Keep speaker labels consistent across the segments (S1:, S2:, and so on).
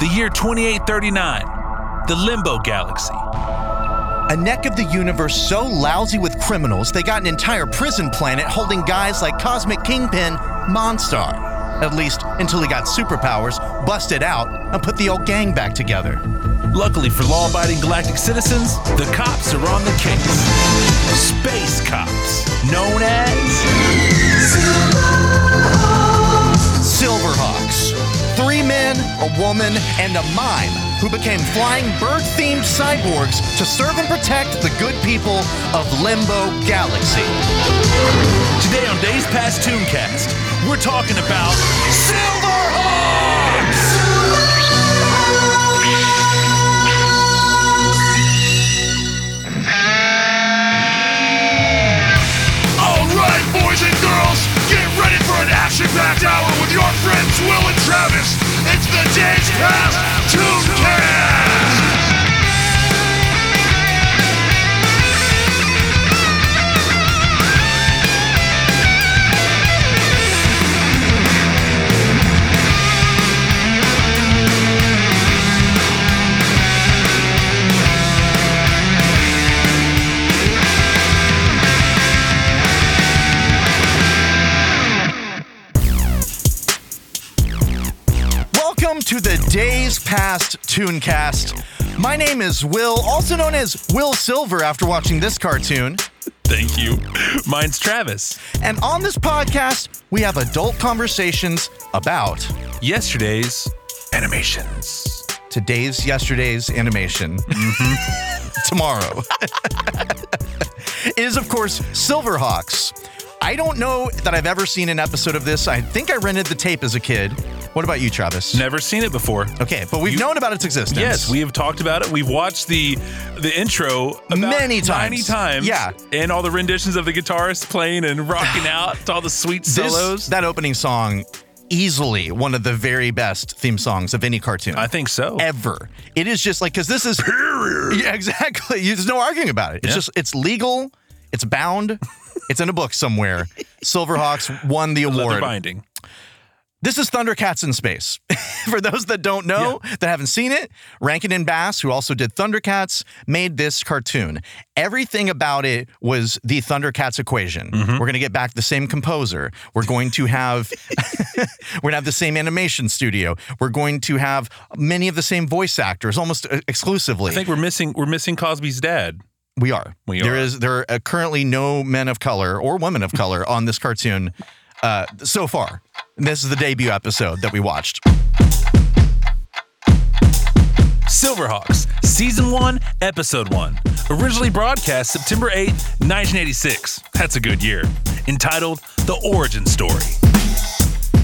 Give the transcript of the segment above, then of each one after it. S1: The year 2839, the Limbo Galaxy.
S2: A neck of the universe so lousy with criminals, they got an entire prison planet holding guys like Cosmic Kingpin Monstar. At least until he got superpowers, busted out, and put the old gang back together.
S1: Luckily for law abiding galactic citizens, the cops are on the case. Space cops, known as.
S2: Silverhawks. Three men, a woman, and a mime who became flying bird themed cyborgs to serve and protect the good people of Limbo Galaxy.
S1: Today on Days Past Tooncast, we're talking about Silverhawks!
S3: boys and girls, get ready for an action-packed hour with your friends Will and Travis. It's the Days Past Tooncast!
S2: to the Days Past Tooncast. My name is Will, also known as Will Silver after watching this cartoon.
S1: Thank you. Mine's Travis.
S2: And on this podcast, we have adult conversations about
S1: yesterday's animations.
S2: Today's yesterday's animation. Mm-hmm. Tomorrow. is, of course, Silverhawks. I don't know that I've ever seen an episode of this. I think I rented the tape as a kid. What about you, Travis?
S1: Never seen it before.
S2: Okay, but we've you, known about its existence.
S1: Yes, we have talked about it. We've watched the the intro
S2: many times.
S1: Many times.
S2: Yeah.
S1: And all the renditions of the guitarist playing and rocking out to all the sweet solos.
S2: This, that opening song easily one of the very best theme songs of any cartoon.
S1: I think so.
S2: Ever. It is just like cuz this is
S1: Period.
S2: Yeah, exactly. There's no arguing about it. It's yeah. just it's legal. It's bound. It's in a book somewhere. Silverhawks won the award.
S1: Leather binding.
S2: This is Thundercats in Space. For those that don't know, yeah. that haven't seen it, Rankin and Bass, who also did Thundercats, made this cartoon. Everything about it was the Thundercats equation. Mm-hmm. We're going to get back the same composer. We're going to have we're going to have the same animation studio. We're going to have many of the same voice actors almost uh, exclusively.
S1: I think we're missing we're missing Cosby's dad.
S2: We are.
S1: We
S2: there are. is there are uh, currently no men of color or women of color on this cartoon uh, so far. And this is the debut episode that we watched.
S1: Silverhawks, Season 1, Episode 1. Originally broadcast September 8, 1986. That's a good year. Entitled The Origin Story.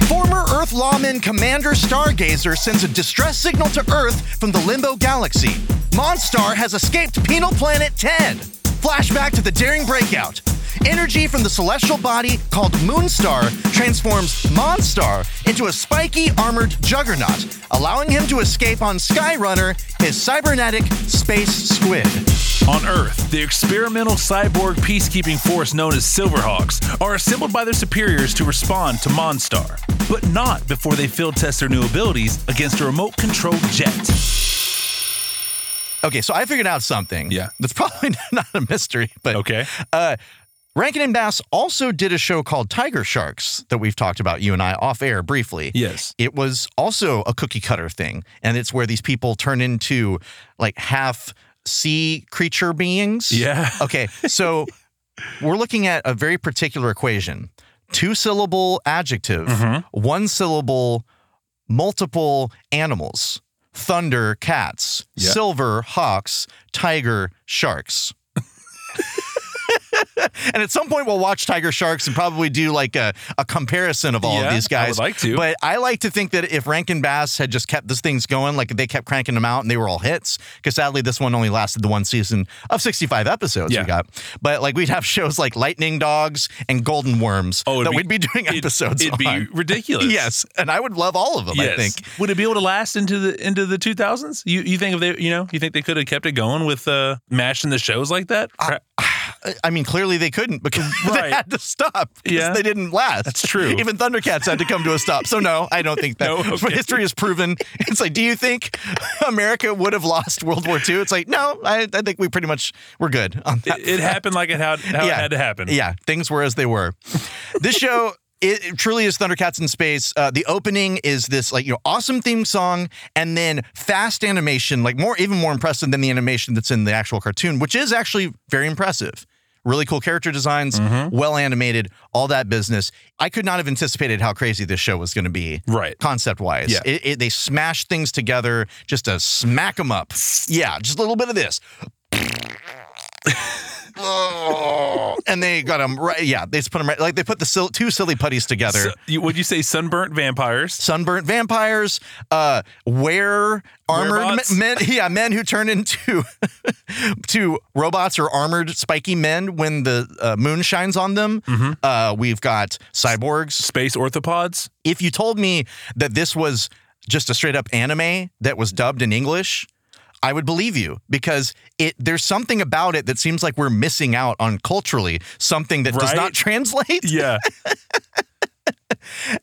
S2: Former Earth lawman Commander Stargazer sends a distress signal to Earth from the Limbo Galaxy. Monstar has escaped Penal Planet 10. Flashback to the daring breakout. Energy from the celestial body called Moonstar transforms Monstar into a spiky armored juggernaut, allowing him to escape on Skyrunner, his cybernetic space squid.
S1: On Earth, the experimental cyborg peacekeeping force known as Silverhawks are assembled by their superiors to respond to Monstar, but not before they field test their new abilities against a remote controlled jet.
S2: Okay, so I figured out something.
S1: Yeah.
S2: That's probably not a mystery, but.
S1: Okay.
S2: Uh, Rankin and Bass also did a show called Tiger Sharks that we've talked about, you and I, off air briefly.
S1: Yes.
S2: It was also a cookie cutter thing. And it's where these people turn into like half sea creature beings.
S1: Yeah.
S2: Okay. So we're looking at a very particular equation two syllable adjective, mm-hmm. one syllable, multiple animals thunder cats, yep. silver hawks, tiger sharks. and at some point we'll watch Tiger Sharks and probably do like a, a comparison of all
S1: yeah,
S2: of these guys.
S1: I like to.
S2: But I like to think that if Rankin Bass had just kept these things going, like they kept cranking them out and they were all hits, because sadly this one only lasted the one season of 65 episodes
S1: yeah.
S2: we got. But like we'd have shows like Lightning Dogs and Golden Worms
S1: oh,
S2: that
S1: be,
S2: we'd be doing
S1: it'd,
S2: episodes
S1: It'd
S2: on.
S1: be ridiculous.
S2: yes. And I would love all of them,
S1: yes.
S2: I think.
S1: Would it be able to last into the into the
S2: Ah,
S1: 2000s? You you think if they, you know, you think they could have kept it going with uh mashing the shows like that?
S2: I, I mean, clearly they couldn't because
S1: Right.
S2: they had to stop. 'cause
S1: Yeah.
S2: they didn't last.
S1: That's true.
S2: Even Thundercats had to come to a stop. So no, I don't think that.
S1: No, okay.
S2: But history has proven. It's like, do you think America would have lost World War II? It's like, no, I, I think we pretty much were good on that.
S1: It, it happened like it had how it had to happen.
S2: ah, Yeah, things were as they were. this show. It it truly is Thundercats in space. Uh, the opening is this like you know awesome theme song, and then fast animation, like more even more impressive than the animation that's in the actual cartoon, which is actually very impressive. Really cool character designs,
S1: Mm-hmm.
S2: well animated, all that business. I could not have anticipated how crazy this show was going to be,
S1: Right.
S2: Concept wise,
S1: Yeah.
S2: it, it, they smash things together just to smack them up. Yeah, just a little bit of this, and they got them right. Yeah, they just put them right. Like they put the sil- two silly putties together.
S1: So, you, would you say sunburnt vampires?
S2: Sunburnt vampires, uh, wear armored
S1: Werebots?
S2: me- men. Yeah, men who turn into to robots or armored spiky men when the uh, moon shines on them.
S1: Mm-hmm.
S2: Uh, we've got cyborgs.
S1: Space orthopods?
S2: If you told me that this was just a straight up anime that was dubbed in English. I would believe you because it there's something about it that seems like we're missing out on culturally something that does
S1: Right?
S2: not translate.
S1: Yeah.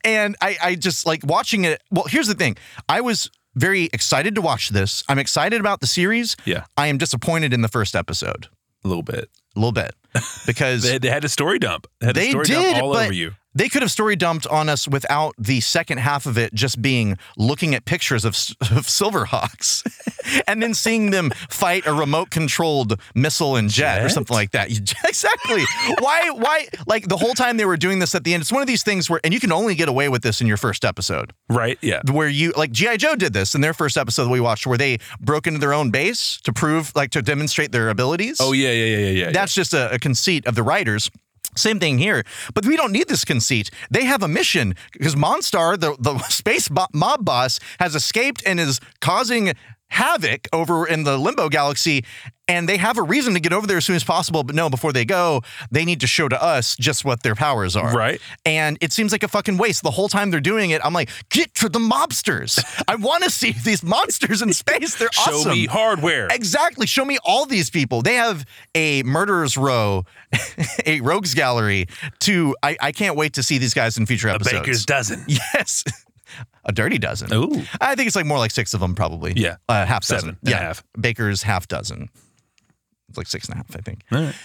S2: and I, I just like watching it. Well, here's the thing: I was very excited to watch this. I'm excited about the series.
S1: Yeah.
S2: I am disappointed in the first episode
S1: A little bit.
S2: a little bit because
S1: They, they had a story dump. They had a
S2: They
S1: story
S2: did,
S1: dump all
S2: but-
S1: over you.
S2: they could have story dumped on us without the second half of it just being looking at pictures of, s- of Silverhawks and then seeing them fight a remote controlled missile and jet, or
S1: Jet?
S2: something like that. You- exactly. why? Why? Like the whole time they were doing this at the end, it's one of these things where, and you can only get away with this in your first episode.
S1: Right? Yeah.
S2: where you like GI Joe did this in their first episode that we watched, where they broke into their own base to prove like to demonstrate their abilities.
S1: Oh, yeah, yeah, yeah, yeah, yeah.
S2: that's just a, a conceit of the writers. Same thing here, but we don't need this conceit. They have a mission because Monstar, the the space bo- mob boss, has escaped and is causing havoc over in the Limbo Galaxy. And they have a reason to get over there as soon as possible, but no, before they go, they need to show to us just what their powers are.
S1: Right.
S2: And it seems like a fucking waste. The whole time they're doing it, I'm like, get to the mobsters. I want to see these monsters in space. They're
S1: Show
S2: awesome.
S1: me hardware.
S2: Exactly. Show me all these people. They have a murderers row, a rogues gallery. To I, I can't wait to see these guys in future episodes.
S1: Baker's dozen.
S2: yes, a dirty dozen.
S1: Ooh.
S2: I think it's like more like six of them probably.
S1: Yeah.
S2: uh, half
S1: Seven
S2: dozen.
S1: and a
S2: yeah,
S1: half.
S2: Baker's half dozen. It's like six and a half, I think.
S1: All right.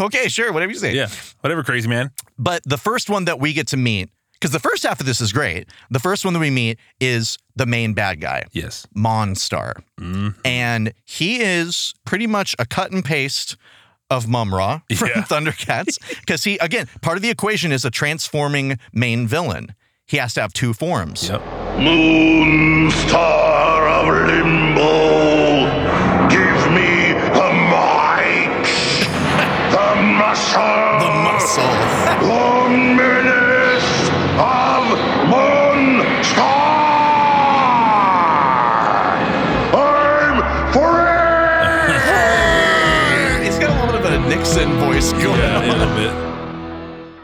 S2: okay, sure, whatever you say.
S1: Yeah. Whatever, crazy man.
S2: But the first one that we get to meet, because the first half of this is great. The first one that we meet is the main bad guy.
S1: Yes.
S2: Monstar.
S1: Mm-hmm.
S2: And he is pretty much a cut and paste of Mumra from
S1: Yeah.
S2: Thundercats. Because he, again, part of the equation is a transforming main villain. He has to have two forms.
S1: Yep.
S3: Moonstar of Limbo, give me the might, the muscle,
S2: The muscle.
S3: long menace of Moonstar. I'm free.
S2: He's got a little bit of a Nixon voice going
S1: Yeah,
S2: on.
S1: a little bit.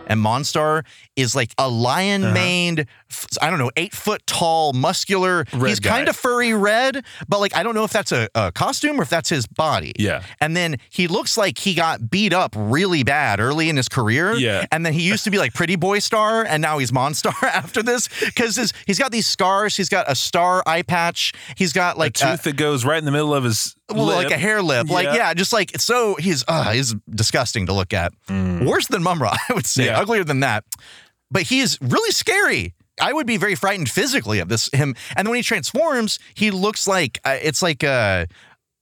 S2: And Monstar is like a lion maned, I don't know, eight foot tall, muscular.
S1: Uh-huh. Red
S2: he's
S1: guy.
S2: kind of furry red, but like I don't know if that's a, a costume or if that's his body.
S1: Yeah.
S2: And then he looks like he got beat up really bad early in his career.
S1: Yeah.
S2: And then he used to be like Pretty Boy Star, and now he's Monstar after this because he's got these scars. He's got a star eye patch. He's got
S1: A
S2: like uh,
S1: tooth that goes right in the middle of his
S2: well,
S1: lip.
S2: like a hair lip, like
S1: Yeah.
S2: yeah, just like so. He's uh, he's disgusting to look at.
S1: Mm.
S2: Worse than Mumra, I would say.
S1: Yeah.
S2: Uglier than that. But he is really scary. I would be very frightened physically of this him. And then when he transforms, he looks like uh, it's like a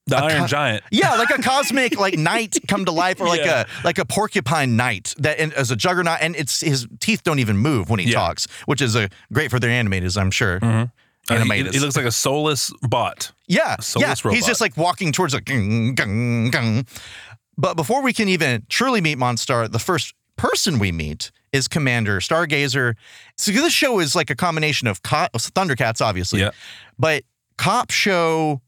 S1: The Iron
S2: co-
S1: Giant. Uh,
S2: yeah, like a cosmic like knight come to life, or like
S1: Yeah.
S2: a like a porcupine knight that and, as a juggernaut, and it's his teeth don't even move when he
S1: Yeah.
S2: talks, which is a great for their animators, I'm sure.
S1: Uh, he-
S2: Animators.
S1: he looks like a soulless bot.
S2: Yeah, yeah.
S1: soulless
S2: He's
S1: robot.
S2: just like walking towards a gung, gung, gung. But before we can even truly meet Monstar, the first person we meet is Commander Stargazer. So this show is like a combination of co- Thundercats, obviously,
S1: Yeah.
S2: but cop show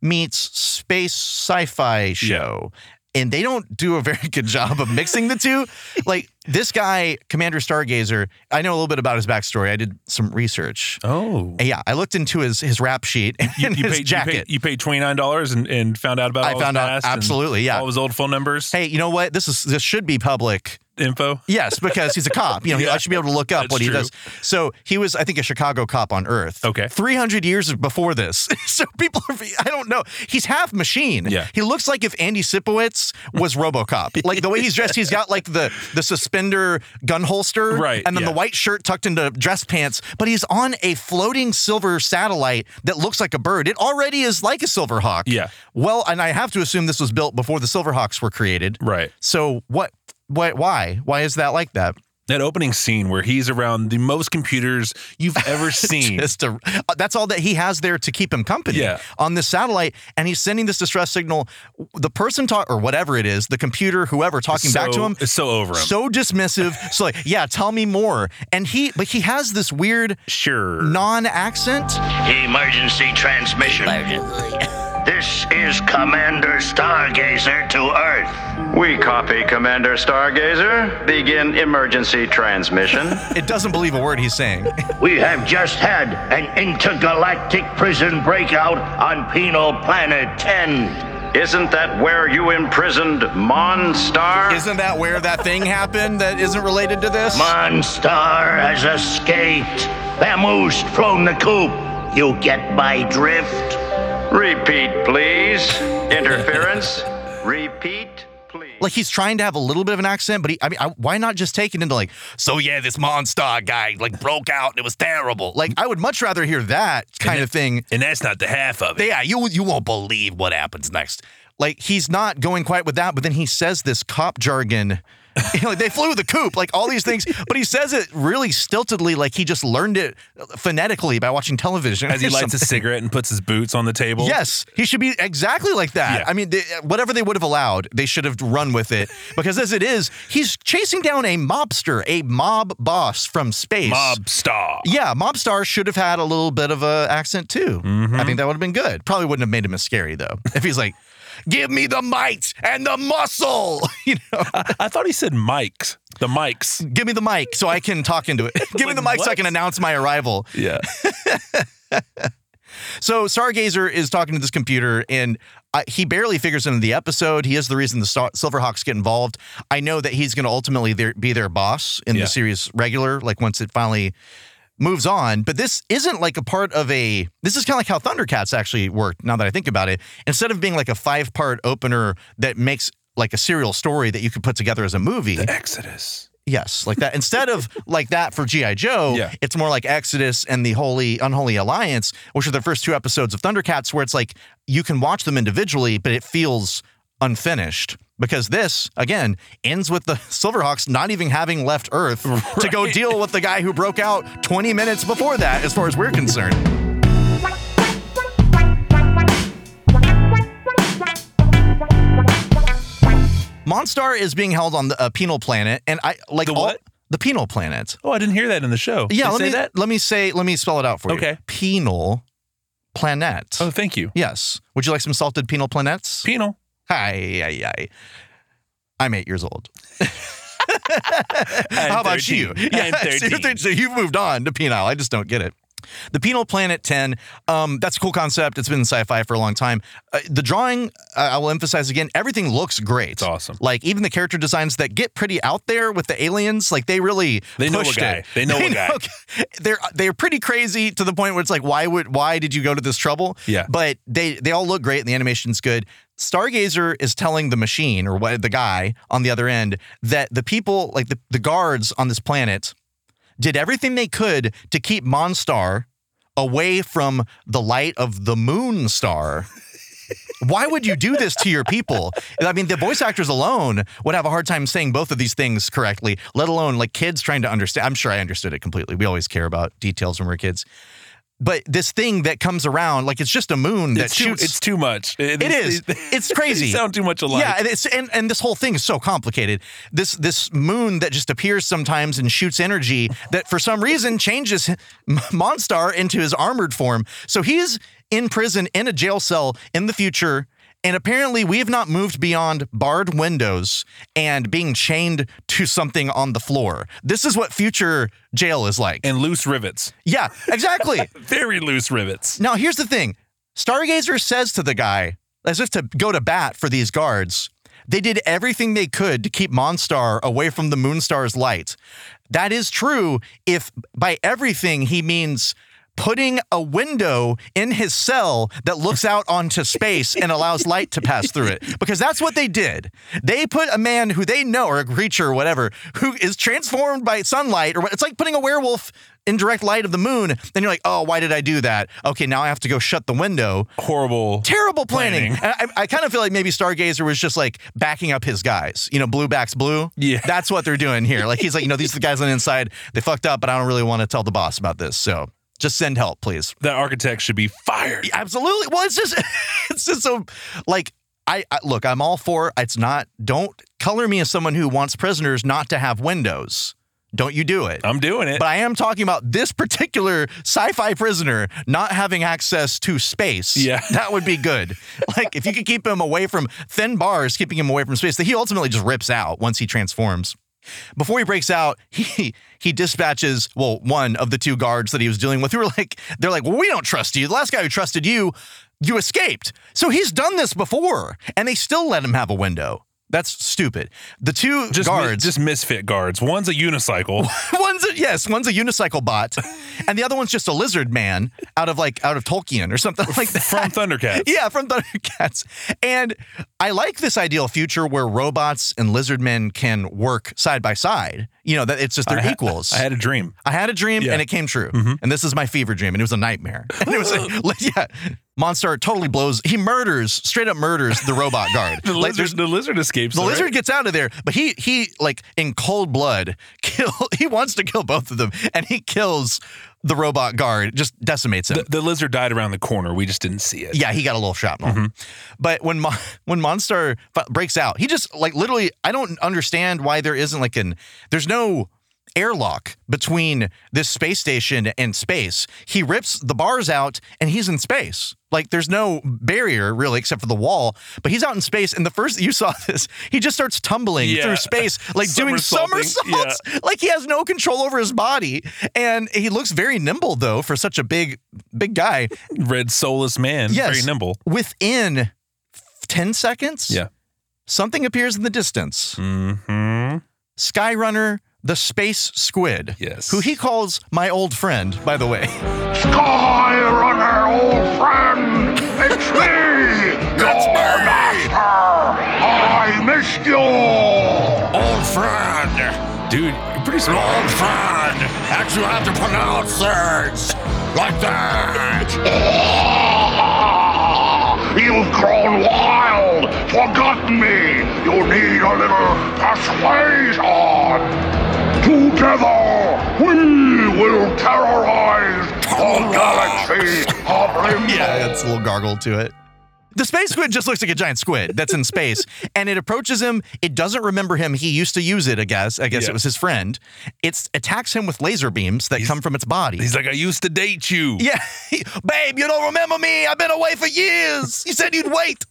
S2: meets space sci-fi show. and they don't do a very good job of mixing the two. Like this guy, Commander Stargazer, I know a little bit about his backstory. I did some research.
S1: Oh.
S2: And yeah, I looked into his his rap sheet and
S1: you
S2: his
S1: paid, You
S2: jacket.
S1: paid, you paid twenty nine dollars and, and found out about.
S2: I
S1: all his
S2: found out-
S1: past and
S2: absolutely, yeah.
S1: All his old phone numbers,
S2: hey, you know what? This is this should be public.
S1: info.
S2: Yes, because he's a cop. You know,
S1: Yeah.
S2: I should be able to look up
S1: That's
S2: what he
S1: true.
S2: does. So he was, I think, a Chicago cop on Earth.
S1: Okay.
S2: 300 years before this. so people are, I don't know. He's half machine.
S1: Yeah.
S2: He looks like if Andy Sipowicz was Robocop. Like the way he's dressed, he's got like the, the suspender gun holster.
S1: Right,
S2: And then the
S1: yeah.
S2: white shirt tucked into dress pants. But he's on a floating silver satellite that looks like a bird. It already is like a Silver Hawk.
S1: Yeah.
S2: Well, and I have to assume this was built before the Silverhawks were created.
S1: Right.
S2: So what? What? Why? Why is that like that?
S1: That opening scene where he's around the most computers you've ever seen.
S2: Just a, uh, that's all that he has there to keep him company
S1: Yeah.
S2: on this satellite, and he's sending this distress signal. The person talk or whatever it is, the computer, whoever talking
S1: so,
S2: back to him,
S1: It's so over him.
S2: so dismissive. so like, yeah, tell me more. And he, but he has this weird
S1: sure.
S2: non-accent.
S4: Emergency transmission. This is Commander Stargazer to Earth.
S5: We copy, Commander Stargazer. Begin emergency transmission.
S2: It doesn't believe a word he's saying.
S4: We have just had an intergalactic prison breakout on Penal Planet 10.
S5: Isn't that where you imprisoned Monstar?
S2: isn't that where that thing happened that isn't related to this?
S4: Monstar has escaped. Vamoose flown the coop. You get my drift?
S5: Repeat, please. Interference. Repeat, please.
S2: like he's trying to have a little bit of an accent, but he, I mean, I, why not just take it into like, so yeah, this monster guy like broke out and it was terrible. Like I would much rather hear that kind of thing.
S1: and that's not the half of it.
S2: Yeah, you you won't believe what happens next. Like he's not going quite with that, but then he says this cop jargon. You know, like they flew the coop, like all these things, but he says it really stiltedly, like he just learned it phonetically by watching television.
S1: As he
S2: or
S1: lights a
S2: something.
S1: cigarette and puts his boots on the table.
S2: Yes, he should be exactly like that.
S1: Yeah.
S2: I mean, they, whatever they would have allowed, they should have run with it. Because as it is, he's chasing down a mobster, a mob boss from space.
S1: Mob star.
S2: Yeah, Mobstar should have had a little bit of a accent too.
S1: Mm-hmm.
S2: I think that would have been good. Probably wouldn't have made him as scary though. If he's like, "Give me the might and the muscle," you know,
S1: I thought he said mics. The mics.
S2: give me the mic so I can talk into it. give me the mic so I
S1: what?
S2: can announce my arrival.
S1: Yeah.
S2: So Stargazer is talking to this computer, and I, he barely figures into the episode. He is the reason the Star- Silverhawks get involved. I know that he's going to ultimately their, be their boss in
S1: Yeah.
S2: the series regular, like once it finally moves on. But this isn't like a part of a. This is kind of like how Thundercats actually worked. Now that I think about it, instead of being like a five part opener that makes like a serial story that you could put together as a movie.
S1: Exodus.
S2: Yes, like that. Instead of like that for GI Joe,
S1: Yeah.
S2: it's more like Exodus and the Holy Unholy Alliance, which are the first two episodes of Thundercats, where it's like you can watch them individually, but it feels unfinished because this again ends with the Silverhawks not even having left Earth to go deal with the guy who broke out 20 minutes before that, as far as we're concerned. Monstar is being held on the uh, penal planet, and I like
S1: The
S2: all-
S1: what?
S2: the penal planet.
S1: Oh, I didn't hear that in the show.
S2: Yeah,
S1: They
S2: let
S1: say
S2: me
S1: that.
S2: let me say let me spell it out for you.
S1: Okay.
S2: Penal planet.
S1: Oh, thank you.
S2: Yes. Would you like some salted penal planets?
S1: Penal.
S2: Hi, hi, hi. I'm eight years old.
S1: I'm
S2: How about
S1: 13.
S2: you?
S1: I'm
S2: Yes,
S1: 13.
S2: you're thirteen, so you've moved on to penal. I just don't get it. The Penal Planet 10, um, that's a cool concept. It's been in sci fi for a long time. Uh, the drawing, uh, I will emphasize again, everything looks great. It's
S1: awesome.
S2: Like, even the character designs that get pretty out there with the aliens, like, they really
S1: They know a
S2: pushed
S1: guy.
S2: it.
S1: They know a guy.
S2: They're, they're pretty crazy to the point where it's like, why would why did you go to this trouble?
S1: Yeah.
S2: But they, they all look great and the animation's good. Stargazer is telling the machine or what the guy on the other end that the people, like the, the guards on this planet, did everything they could to keep Monstar away from the light of the moon star. Why would you do this to your people? I mean, the voice actors alone would have a hard time saying both of these things correctly, let alone like kids trying to understand. I'm sure I understood it completely. We always care about details when we're kids. But this thing that comes around, like it's just a moon that
S1: It's too,
S2: shoots.
S1: it's too much.
S2: It is. It's crazy.
S1: They sound too much alike.
S2: Yeah, and, it's, and and this whole thing is so complicated. This this moon that just appears sometimes and shoots energy that for some reason changes Monstar into his armored form. So he's in prison in a jail cell in the future. And apparently, we have not moved beyond barred windows and being chained to something on the floor. This is what future jail is like.
S1: and loose rivets.
S2: yeah, exactly.
S1: Very loose rivets.
S2: Now, here's the thing Stargazer says to the guy, as if to go to bat for these guards, they did everything they could to keep Monstar away from the Moonstar's light. That is true if by everything he means putting a window in his cell that looks out onto space and allows light to pass through it because that's what they did they put a man who they know or a creature or whatever who is transformed by sunlight or what it's like putting a werewolf in direct light of the moon then you're like oh why did i do that okay now i have to go shut the window
S1: Horrible.
S2: terrible planning,
S1: Planning.
S2: And I, I kind of feel like maybe stargazer was just like backing up his guys you know blue backs blue
S1: Yeah.
S2: that's what they're doing here like he's like you know these are the guys on the inside they fucked up but i don't really want to tell the boss about this so just send help please
S1: That architect should be fired.
S2: Absolutely. Well, it's just it's just so like I, I look. I'm all for it's not. Don't color me as someone who wants prisoners not to have windows. Don't you do it.
S1: I'm doing it.
S2: but I am talking about this particular sci-fi prisoner not having access to space.
S1: Yeah.
S2: that would be good. like if you could keep him away from thin bars, keeping him away from space. That he ultimately just rips out once he transforms. Before he breaks out, he he dispatches well one of the two guards that he was dealing with who were like they're like well we don't trust you. The last guy who trusted you, you escaped. So he's done this before, and they still let him have a window. That's stupid. The two
S1: just mi-
S2: guards
S1: just misfit guards. One's a unicycle.
S2: one's a, yes, one's a unicycle bot, and the other one's just a lizard man out of like out of Tolkien or something like that.
S1: from Thundercats.
S2: yeah, from Thundercats. And I like this ideal future where robots and lizard men can work side by side. You know that it's just they're
S1: I ha-
S2: equals.
S1: I had a dream.
S2: I had a dream
S1: Yeah. Mm-hmm.
S2: and it came true. And this is my fever dream. And it was a nightmare. And it was, like, yeah. Monstar totally blows. He murders, straight up murders the robot guard.
S1: The
S2: Like,
S1: lizard,
S2: there's-
S1: the lizard escapes.
S2: the
S1: though,
S2: lizard
S1: right?
S2: gets out of there, but he he like in cold blood kill. He wants to kill both of them, and he kills the robot guard. Just decimates him.
S1: The, the lizard died around the corner. We just didn't see it.
S2: yeah, he got a little shrapnel.
S1: Mm-hmm.
S2: But when Mon- when Monstar f- breaks out, he just like literally. I don't understand why there isn't like an there's no airlock between this space station and space. He rips the bars out, and he's in space. Like there's no barrier really, except for the wall. But he's out in space, and the first you saw this, he just starts tumbling
S1: Yeah.
S2: through space, like doing
S1: Somersaulting.
S2: somersaults. Like he has no control over his body, and he looks very nimble though for such a big big guy
S1: Red soulless man.
S2: Yes.
S1: Very nimble.
S2: within f- 10 seconds,
S1: Yeah.
S2: something appears in the distance.
S1: Mm-hmm.
S2: Skyrunner, the space squid,
S1: Yes.
S2: who he calls my old friend, by the way.
S3: Skyrunner, old friend! It's me! That's your master! I missed you! Old friend!
S1: Dude, you're pretty smart.
S3: friend! Actually, I have to pronounce it! Like that! Ah, You've grown wild! Forgotten me! You need a little persuasion! Together, we will terrorize the galaxy of Limbo!
S2: Yeah, it's a little gargle to it. The space squid just looks like a giant squid that's in space, and it approaches him. It doesn't remember him. He used to use it, I guess. I guess
S1: Yeah.
S2: it was his friend. It attacks him with laser beams that come from its body.
S1: He's like, I used to date you.
S2: Yeah. Babe, you don't remember me. I've been away for years. You said you'd wait.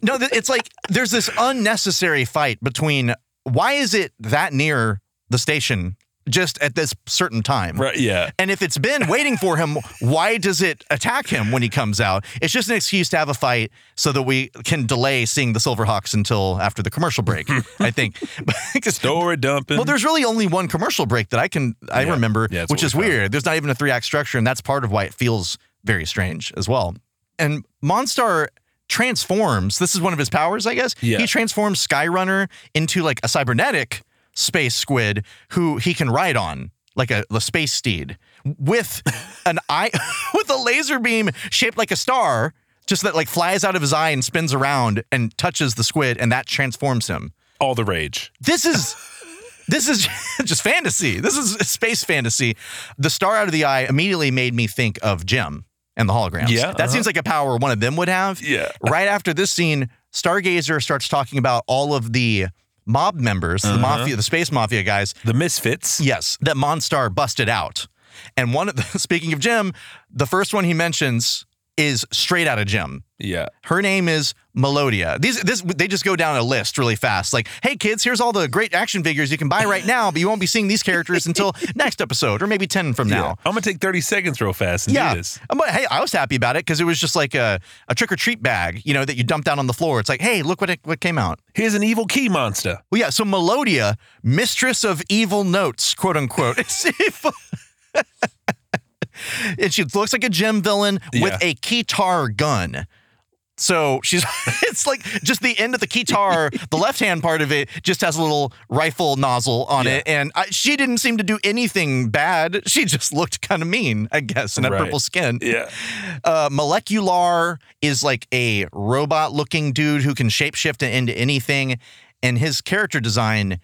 S2: no, th- it's like there's this unnecessary fight between why is it that near the station just at this certain time?
S1: Right. Yeah.
S2: And if it's been waiting for him, why does it attack him when he comes out? It's just an excuse to have a fight so that we can delay seeing the Silverhawks until after the commercial break, I think. Because
S1: Story dumping.
S2: well, there's really only one commercial break that I can I
S1: Yeah.
S2: remember,
S1: Yeah, that's
S2: which
S1: what
S2: is
S1: we found.
S2: weird. There's not even a three act structure, and that's part of why it feels very strange as well. And Monstar transforms. This is one of his powers, I guess.
S1: Yeah.
S2: He transforms Skyrunner into like a cybernetic space squid who he can ride on, like a, the space steed, with an eye with a laser beam shaped like a star. Just that, like, flies out of his eye and spins around and touches the squid, and that transforms him
S1: all the rage.
S2: this is this is just fantasy. This is space fantasy. The star out of the eye immediately made me think of Jim and the holograms.
S1: Yeah,
S2: that
S1: uh-huh.
S2: seems like a power one of them would have.
S1: Yeah.
S2: Right after this scene, Stargazer starts talking about all of the mob members,
S1: Uh-huh.
S2: the mafia, the space mafia guys.
S1: The misfits.
S2: Yes, that Monstar busted out. And one of the, speaking of Jim, the first one he mentions is straight out of Jim.
S1: Yeah.
S2: Her name is Melodia. These this they just go down a list really fast. Like, hey kids, here's all the great action figures you can buy right now, but you won't be seeing these characters until next episode or maybe ten from now.
S1: I'm gonna take 30 seconds real fast and do this.
S2: Um, But hey, I was happy about it because it was just like a, a trick or treat bag, you know, that you dump down on the floor. It's like, hey, look what it, what came out.
S1: Here's an evil key monster.
S2: Well, yeah. So Melodia, mistress of evil notes, quote unquote. It's evil. and she looks like a gem villain with
S1: Yeah.
S2: a guitar gun. So she's, it's like just the end of the guitar, the left hand part of it just has a little rifle nozzle on
S1: Yeah.
S2: it. And I, she didn't seem to do anything bad. She just looked kind of mean, I guess, in that
S1: Right.
S2: purple skin.
S1: Yeah.
S2: Uh, Molecular is like a robot looking dude who can shapeshift into anything, and his character design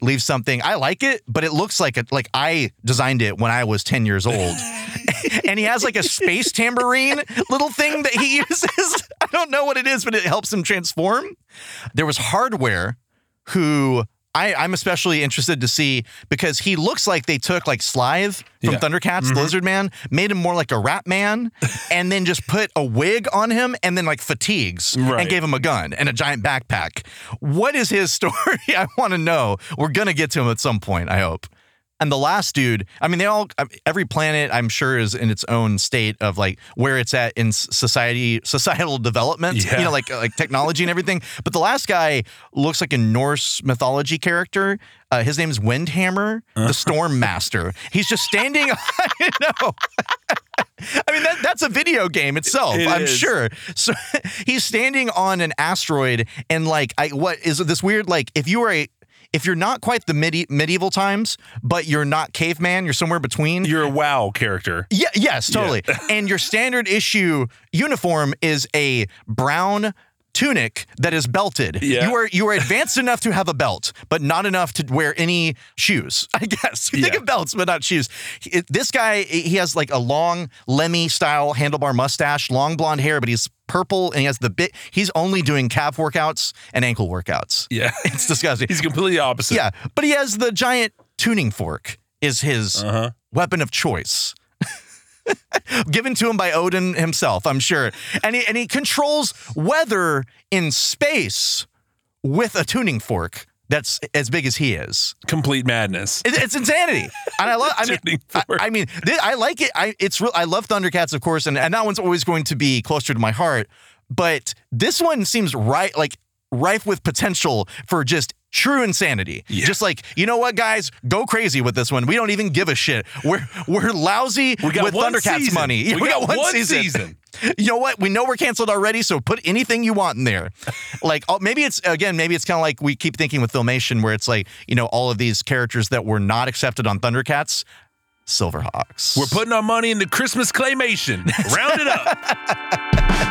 S2: leaves something. I like it, but it looks like it like I designed it when I was 10 years old. and he has like a space tambourine little thing that he uses. I don't know what it is, but it helps him transform. There was hardware who I, I'm especially interested to see because he looks like they took like Slive from
S1: Yeah. Mm-hmm.
S2: Thundercats, the Lizard Man, made him more like a rat man, and then just put a wig on him and then like fatigues
S1: Right.
S2: and gave him a gun and a giant backpack. What is his story? I want to know. We're gonna get to him at some point, I hope. And the last dude, I mean, they all, I- every planet, I'm sure, is in its own state of like where it's at in s- society, societal development,
S1: Yeah.
S2: you know, like like technology and everything. But the last guy looks like a Norse mythology character. Uh, his name is Windhammer, the Storm Master. He's just standing. I know. I mean, that, that's a video game itself.
S1: It
S2: I'm
S1: is.
S2: sure. So he's standing on an asteroid, and like, I what is this weird? Like, if you were a if you're not quite the medi- medieval times, but you're not caveman, you're somewhere between.
S1: You're a wow character.
S2: yeah, yes, totally. and your standard issue uniform is a brown tunic that is belted.
S1: Yeah.
S2: You are you are advanced enough to have a belt, but not enough to wear any shoes. I guess you think
S1: Yeah.
S2: of belts, but not shoes. He- it- this guy, he has like a long Lemmy style handlebar mustache, long blonde hair, but he's purple and he has the bit. He's only doing calf workouts and ankle workouts.
S1: Yeah.
S2: It's disgusting.
S1: He's completely opposite.
S2: Yeah, but he has the giant tuning fork is his
S1: Uh-huh.
S2: weapon of choice. Given to him by Odin himself, I'm sure. And he and he controls weather in space with a tuning fork that's as big as he is.
S1: Complete madness.
S2: It- it's insanity. And I love. I mean,
S1: Tuning
S2: I,
S1: fork.
S2: I mean, thi- I like it. I it's real. I love Thundercats, of course, and and that one's always going to be closer to my heart. But this one seems right, like rife with potential for just true insanity. Just like you know what, guys, go crazy with this one. We don't even give a shit. We're we're lousy
S1: We got
S2: with
S1: one
S2: Thundercats
S1: season.
S2: money. Yeah,
S1: We, got, one season.
S2: you know what? We know we're canceled already, so put anything you want in there. Like, oh, maybe it's again, maybe it's kind of like we keep thinking with filmation, where it's like you know all of these characters that were not accepted on Thundercats, Silverhawks.
S1: We're putting our money into Christmas claymation. Round it up.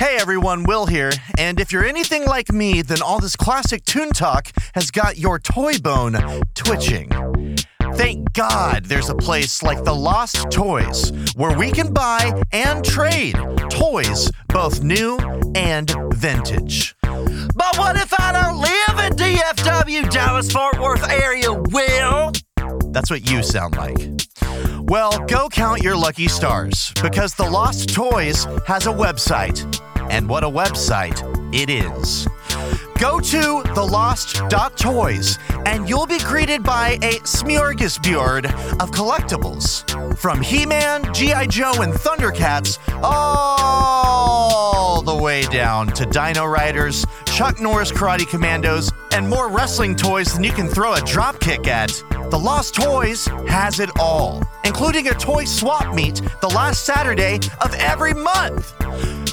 S2: Hey everyone, Will here. And if you're anything like me, then all this classic Toon Talk has got your toy bone twitching. Thank God there's a place like the Lost Toys where we can buy and trade toys, both new and vintage.
S6: But what if I don't live in DFW, Dallas Fort Worth area, Will?
S2: That's what you sound like. Well, go count your lucky stars because The Lost Toys has a website. And what a website it is. Go to thelost.toys and you'll be greeted by a smorgasbord of collectibles from He Man, G.I. Joe, and Thundercats all the way down to Dino Riders, Chuck Norris Karate Commandos, and more wrestling toys than you can throw a dropkick at. The Lost Toys has it all, including a toy swap meet the last Saturday of every month.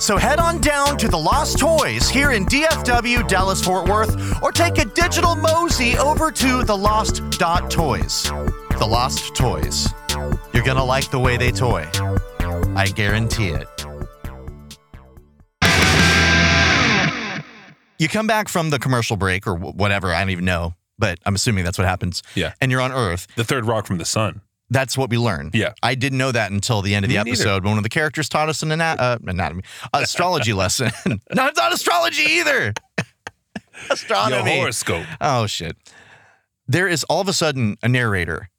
S2: So head on down to the Lost Toys here in DFW, Dallas Fort Worth, or take a digital mosey over to the Lost.toys. The Lost Toys. You're gonna like the way they toy. I guarantee it. You come back from the commercial break or wh- whatever, I don't even know, but I'm assuming that's what happens.
S1: Yeah.
S2: And you're on Earth.
S1: The third rock from the sun.
S2: That's what we learn.
S1: Yeah.
S2: I didn't know that until the end of the
S1: Me neither.
S2: episode. One of the characters taught us an ana- uh, anatomy, astrology lesson. no, it's not astrology either.
S1: Your
S2: Astronomy.
S1: horoscope.
S2: Oh shit. There is all of a sudden a narrator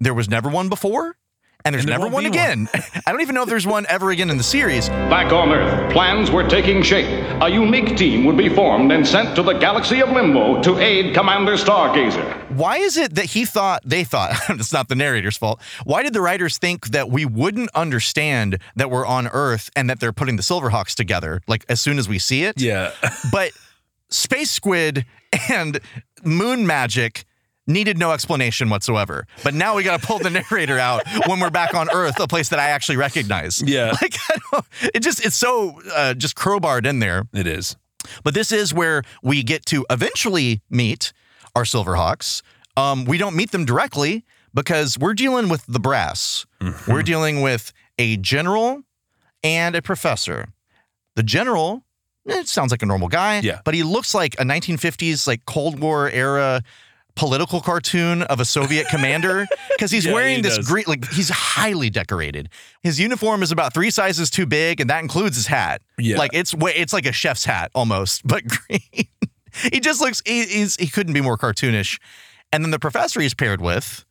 S2: There was never one before, and there's
S1: And there
S2: never one
S1: won't be
S2: again. I don't even know if there's one ever again in the series.
S7: Back on Earth, plans were taking shape. A unique team would be formed and sent to the galaxy of Limbo to aid Commander Stargazer.
S2: Why is it that he thought, they thought, it's not the narrator's fault. Why did the writers think that we wouldn't understand that we're on Earth and that they're putting the Silverhawks together, like as soon as we see it?
S1: Yeah.
S2: But Space Squid and Moon Magic needed no explanation whatsoever. But now we got to pull the narrator out when we're back on Earth, a place that I actually recognize.
S1: Yeah.
S2: Like, I don't, it just, it's so uh, just crowbarred in there.
S1: It is.
S2: But this is where we get to eventually meet our Silverhawks. Um, we don't meet them directly because we're dealing with the brass.
S1: Mm-hmm.
S2: We're dealing with a general and a professor. The general, eh, sounds like a normal guy,
S1: Yeah.
S2: but he looks like a 1950s, like Cold War era political cartoon of a Soviet commander because he's
S1: Yeah,
S2: wearing
S1: he
S2: this
S1: does.
S2: green, like he's highly decorated. His uniform is about three sizes too big, and that includes his hat.
S1: Yeah.
S2: Like it's wa- it's like a chef's hat almost, but green. he just looks he, he's he couldn't be more cartoonish. And then the professor he's paired with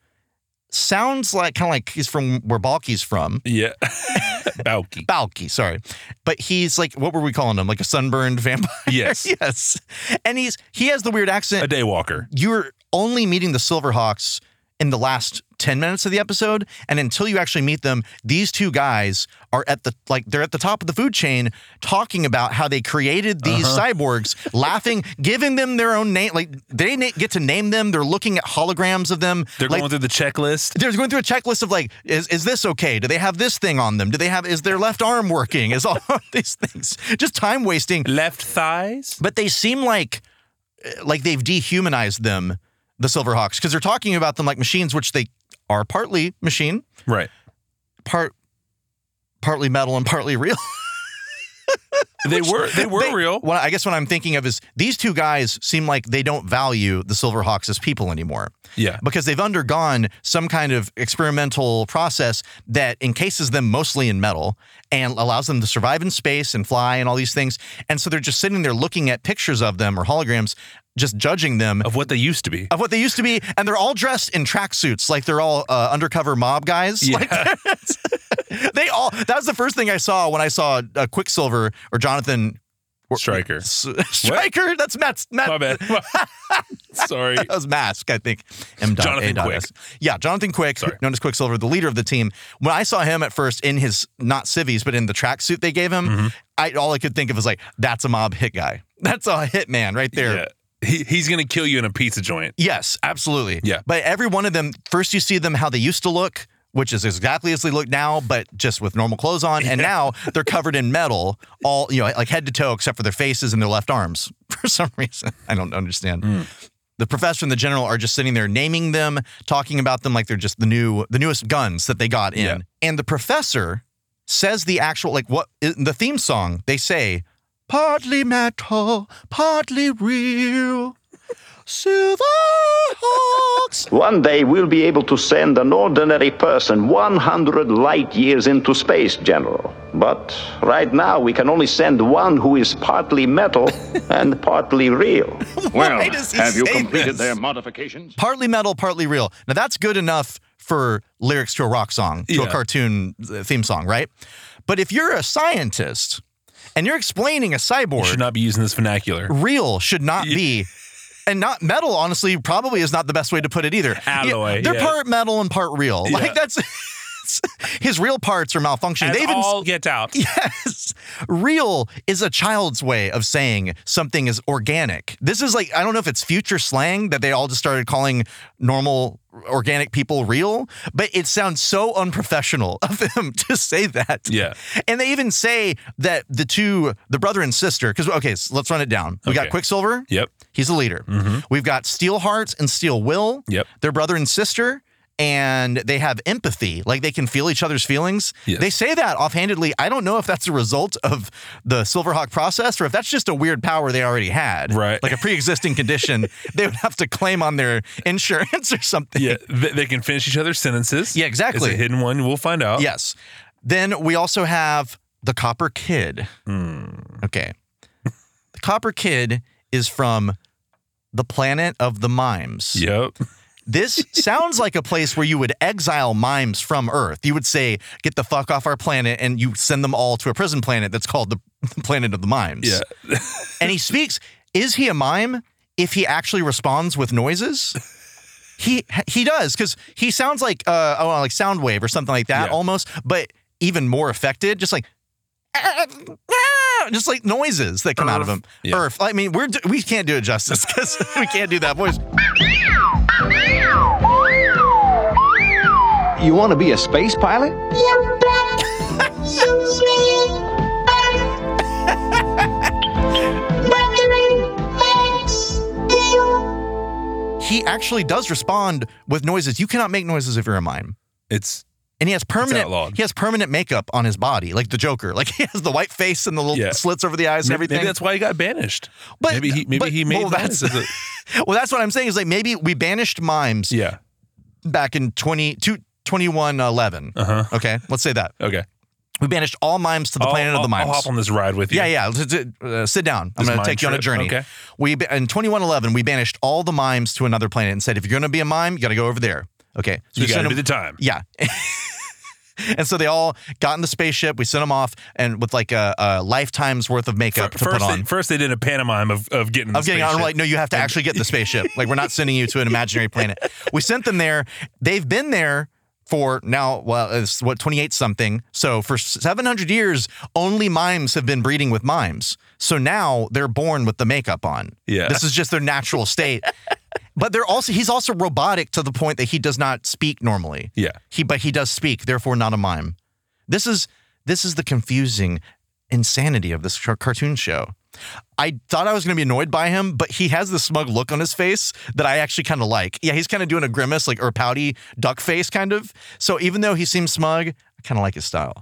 S2: sounds like kind of like he's from where Balky's from.
S1: Yeah. Balky.
S2: Balky, sorry. But he's like what were we calling him? Like a sunburned vampire.
S1: Yes.
S2: yes. And he's he has the weird accent
S1: A daywalker.
S2: you're only meeting the Silverhawks in the last 10 minutes of the episode and until you actually meet them these two guys are at the like they're at the top of the food chain talking about how they created these
S1: Uh-huh.
S2: cyborgs laughing giving them their own name like they na- get to name them they're looking at holograms of them
S1: They're
S2: like,
S1: going through the checklist.
S2: they're going through a checklist of like, is, is this okay? Do they have this thing on them? Do they have, is their left arm working? Is all these things just time wasting
S1: Left thighs.
S2: but they seem like like they've dehumanized them the silverhawks because they're talking about them like machines which they are partly machine
S1: Right.
S2: part partly metal and partly real
S1: They were they were
S2: They-
S1: real.
S2: what i guess what i'm thinking of is these two guys seem like they don't value the silverhawks as people anymore
S1: Yeah.
S2: because they've undergone some kind of experimental process that encases them mostly in metal and allows them to survive in space and fly and all these things and so they're just sitting there looking at pictures of them or holograms just judging them
S1: Of what they used to be.
S2: of what they used to be, and they're all dressed in tracksuits, like they're all uh, undercover mob guys. Like they all. That was the first thing I saw when I saw uh, Quicksilver or Jonathan
S1: Striker.
S2: Striker. That's Matt's Matt.
S1: My bad. Sorry.
S2: That was Mask, I think. M. dot
S1: Jonathan
S2: A. dot
S1: Quick.
S2: S. Yeah, Jonathan Quick,
S1: Sorry.
S2: known as Quicksilver, the leader of the team. When I saw him at first in his not civvies, but in the tracksuit they gave him,
S1: Mm-hmm.
S2: I all I could think of was like, that's a mob hit guy. That's a hit man right there.
S1: Yeah. He, he's gonna kill you in a pizza joint.
S2: Yes, absolutely.
S1: Yeah.
S2: But every one of them, first you see them how they used to look, which is exactly as they look now, but just with normal clothes on. And now they're covered in metal, all, you know, like head to toe, except for their faces and their left arms for some reason. I don't understand.
S1: Hmm.
S2: The professor and the general are just sitting there naming them, talking about them like they're just the new, the newest guns that they got in.
S1: Yeah.
S2: And the professor says the actual, like what in the theme song, they say, partly metal, partly real. Silverhawks.
S5: One day we'll be able to send an ordinary person 100 light years into space, General. But right now we can only send one who is partly metal and partly real.
S7: Well,
S2: does he
S7: have you
S2: say
S7: completed
S2: this?
S7: their modifications?
S2: partly metal, partly real. Now that's good enough for lyrics to a rock song, to a
S1: Yeah.
S2: cartoon uh, theme song, right? But if you're a scientist and you're explaining a cyborg,
S1: Should not be using this vernacular.
S2: real should not be. And not metal, honestly, probably is not the best way to put it either. Yeah,
S1: Alloy,
S2: they're
S1: yeah.
S2: part metal and part real. Like that's his real parts are malfunctioning.
S1: As
S2: They even
S1: all get out.
S2: Yes. Real is a child's way of saying something is organic. This is like, I don't know if it's future slang that they all just started calling normal organic people real, but it sounds so unprofessional of them to say that.
S1: Yeah.
S2: And they even say that the two, the brother and sister, because, okay, so let's run it down. We got
S1: Okay. Mm-hmm.
S2: Quicksilver.
S1: Yep.
S2: He's the leader. We've got Steelheart and Steel Will.
S1: Yep.
S2: They're brother and sister, and they have empathy. Like they can feel each other's feelings.
S1: Yes.
S2: They say that offhandedly. I don't know if that's a result of the Silverhawk process or if that's just a weird power they already had.
S1: Right.
S2: Like a pre existing condition they would have to claim on their insurance or something.
S1: Yeah. They, they can finish each other's sentences.
S2: Yeah, exactly.
S1: It's a hidden one. We'll find out.
S2: Yes. Then we also have the Copper Kid.
S1: Hmm.
S2: Okay. the Copper Kid is from the planet of the mimes.
S1: Yep.
S2: This sounds like a place where you would exile mimes from Earth. You would say, get the fuck off our planet, and you send them all to a prison planet that's called the the planet of the mimes.
S1: Yeah.
S2: and he speaks. Is he a mime if he actually responds with noises? He he does because he sounds like uh oh, like Soundwave or something like that
S1: Yeah.
S2: almost, but even more affected, just like just like noises that come out of him.
S1: Yeah.
S2: Earth. I mean, we're d- we can't do it justice because we can't do that voice.
S8: You want to be a space pilot?
S2: He actually does respond with noises. You cannot make noises if you're a mime.
S1: It's
S2: And he has permanent
S1: outlawed.
S2: he has permanent makeup on his body, like the Joker. Like he has the white face and the little
S1: Yeah.
S2: slits over the eyes and everything.
S1: Maybe that's why he got banished.
S2: But-
S1: maybe he maybe
S2: but-
S1: he made
S2: well,
S1: that's
S2: that's-
S1: as a,
S2: well, that's what I'm saying is like maybe we banished mimes
S1: yeah.
S2: back in 20, 2111.
S1: Uh-huh.
S2: Okay, let's say that.
S1: Okay.
S2: We banished all mimes to the
S1: I'll-
S2: planet
S1: I'll,
S2: of the mimes.
S1: I'll hop on this ride with you.
S2: yeah, yeah. t- t- uh, sit down. I'm
S1: This
S2: going to
S1: mime
S2: take you on a
S1: trip,
S2: journey.
S1: okay.
S2: We ba- in 2111 we banished all the mimes to another planet and said if you're going to be a mime, you got to go over there. Okay. So
S1: You
S2: we sent
S1: got to
S2: him-
S1: be the time.
S2: Yeah. and so they all got in the spaceship. We sent them off, and with like a, a lifetime's worth of makeup to put
S1: first,
S2: on.
S1: They, first they did a pantomime of, of getting. the
S2: I'm getting on. I'm
S1: spaceship.
S2: like, no, you have to actually get in the spaceship. Like, we're not sending you to an imaginary planet. We sent them there. They've been there for now, well, it's what, 28 something. So for 700 years, only mimes have been breeding with mimes. So now they're born with the makeup on.
S1: Yeah.
S2: This is just their natural state. But they're also he's also robotic to the point that he does not speak normally.
S1: Yeah.
S2: He but he does speak, therefore not a mime. This is this is the confusing insanity of this car- cartoon show. I thought I was going to be annoyed by him, but he has this smug look on his face that I actually kind of like. Yeah, he's kind of doing a grimace, like or pouty duck face, kind of. So even though he seems smug, I kind of like his style.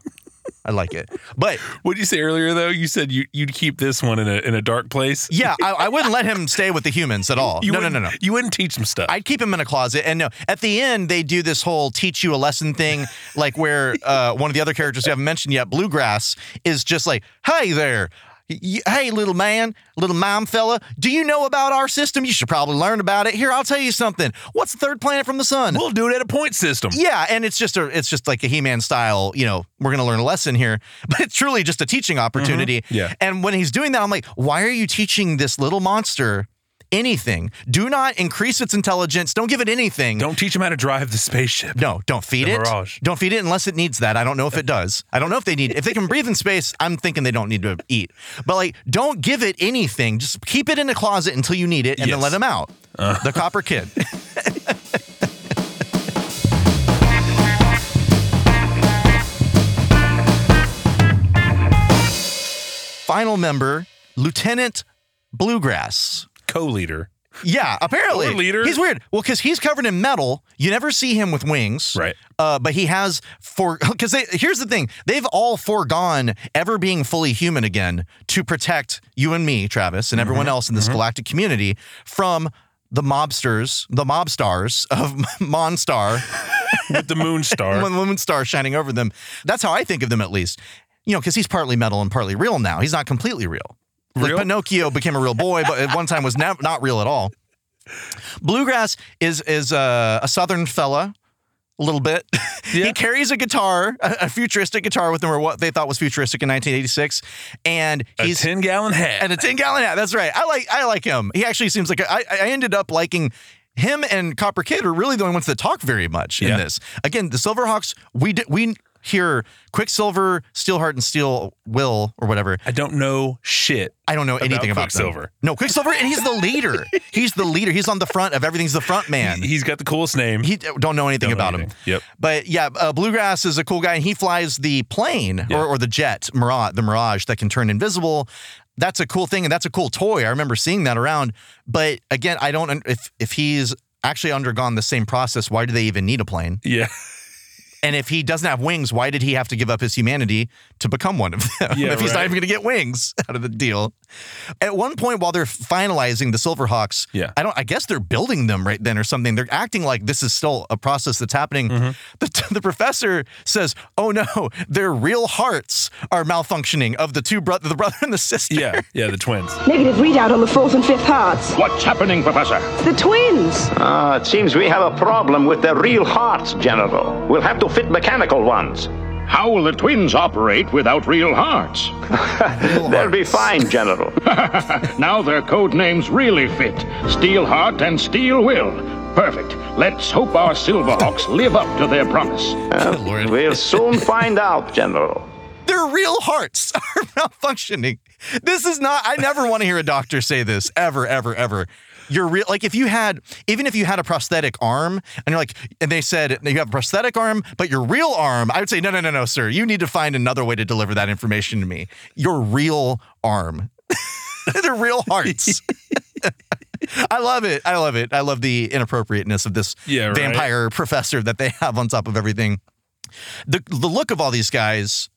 S2: I like it. But
S1: What did you say earlier though? You said you you'd keep this one in a in a dark place.
S2: yeah, I, I wouldn't let him stay with the humans at all.
S1: You
S2: no, no, no,
S1: wouldn't-
S2: no.
S1: You wouldn't teach them stuff.
S2: I'd keep him in a closet. And no, at the end, they do this whole teach you a lesson thing, like where uh, one of the other characters you haven't mentioned yet, Bluegrass, is just like, hey there. Y- Hey, little man, little mime fella, do you know about our system? You should probably learn about it. Here, I'll tell you something. What's the third planet from the sun?
S1: we'll do it at a point system.
S2: Yeah, and it's just a it's just like a He-Man style, you know, we're gonna learn a lesson here. But it's truly just a teaching opportunity.
S1: Mm-hmm. Yeah.
S2: And when he's doing that, I'm like, why are you teaching this little monster anything? Do not increase its intelligence. Don't give it anything.
S1: Don't teach them how to drive the spaceship.
S2: no, don't feed
S1: The
S2: it.
S1: Mirage.
S2: Don't feed it unless it needs that. I don't know if it does. I don't know if they need if they can breathe in space, I'm thinking they don't need to eat. But like don't give it anything. Just keep it in a closet until you need it and
S1: Yes.
S2: then
S1: Uh.
S2: let him out. The copper kid. Final member, Lieutenant Bluegrass.
S1: Co-leader.
S2: Yeah, apparently.
S1: Or leader.
S2: He's weird. Well, because he's covered in metal. You never see him with wings.
S1: Right.
S2: Uh, but he has for because they here's the thing. They've all foregone ever being fully human again to protect you and me, Travis, and everyone else in this galactic community from the mobsters, the mob stars of Monstar
S1: with the moon star.
S2: when the moon star shining over them. That's how I think of them at least. You know, because he's partly metal and partly real now. He's not completely real.
S1: Real?
S2: Like Pinocchio became a real boy, but at one time was nev- not real at all. Bluegrass is is uh, a southern fella, a little bit.
S1: Yeah.
S2: he carries a guitar, a, a futuristic guitar with him, or what they thought was futuristic in 1986, and
S1: a
S2: he's
S1: ten gallon hat.
S2: and a 10 gallon hat. That's right. I like I like him. He actually seems like a, I, I ended up liking him and Copper Kid are really the only ones that talk very much
S1: Yeah.
S2: in this. Again, the Silverhawks, we d- we hear Quicksilver, Steelheart, and Steel Will or whatever.
S1: I don't know shit.
S2: I don't know anything about them.
S1: Quicksilver.
S2: No, Quicksilver, and he's the leader. he's the leader. He's on the front of everything's the front man.
S1: He's got the coolest name.
S2: He don't know anything
S1: Don't know
S2: about
S1: anything.
S2: him.
S1: Yep.
S2: But yeah, uh, Bluegrass is a cool guy, and he flies the plane
S1: Yeah.
S2: or, or the jet, Mirage, the Mirage that can turn invisible. That's a cool thing, and that's a cool toy. I remember seeing that around. But again, I don't. If if he's actually undergone the same process, why do they even need a plane?
S1: yeah.
S2: And if he doesn't have wings, why did he have to give up his humanity to become one of them?
S1: Yeah,
S2: if he's
S1: right.
S2: not even going to get wings out of the deal, At one point, while they're finalizing the Silverhawks,
S1: Yeah.
S2: I don't. I guess they're building them right then or something. They're acting like this is still a process that's happening.
S1: Mm-hmm.
S2: The, the professor says, "Oh no, their real hearts are malfunctioning of the two brother, the brother and the sister."
S1: Yeah, yeah, the twins.
S9: Negative readout on the fourth and fifth hearts.
S7: What's happening, Professor?
S9: The twins.
S5: Ah, it seems we have a problem with the real hearts, General. We'll have to fit mechanical ones.
S7: How will the twins operate without real hearts?
S5: They'll be fine, General.
S7: Now their code names really fit Steel Heart and Steel Will. Perfect. Let's hope our Silverhawks live up to their promise.
S5: We'll soon find out, General.
S2: Their real hearts are malfunctioning. This is not. I never want to hear a doctor say this ever, ever, ever. You're real. Like if you had, even if you had a prosthetic arm, and you're like, and they said you have a prosthetic arm, but your real arm, I would say, no, no, no, no, sir. You need to find another way to deliver that information to me. Your real arm. Their real hearts. I love it. I love it. I love the inappropriateness of this
S1: Yeah, right.
S2: vampire professor that they have on top of everything. The the look of all these guys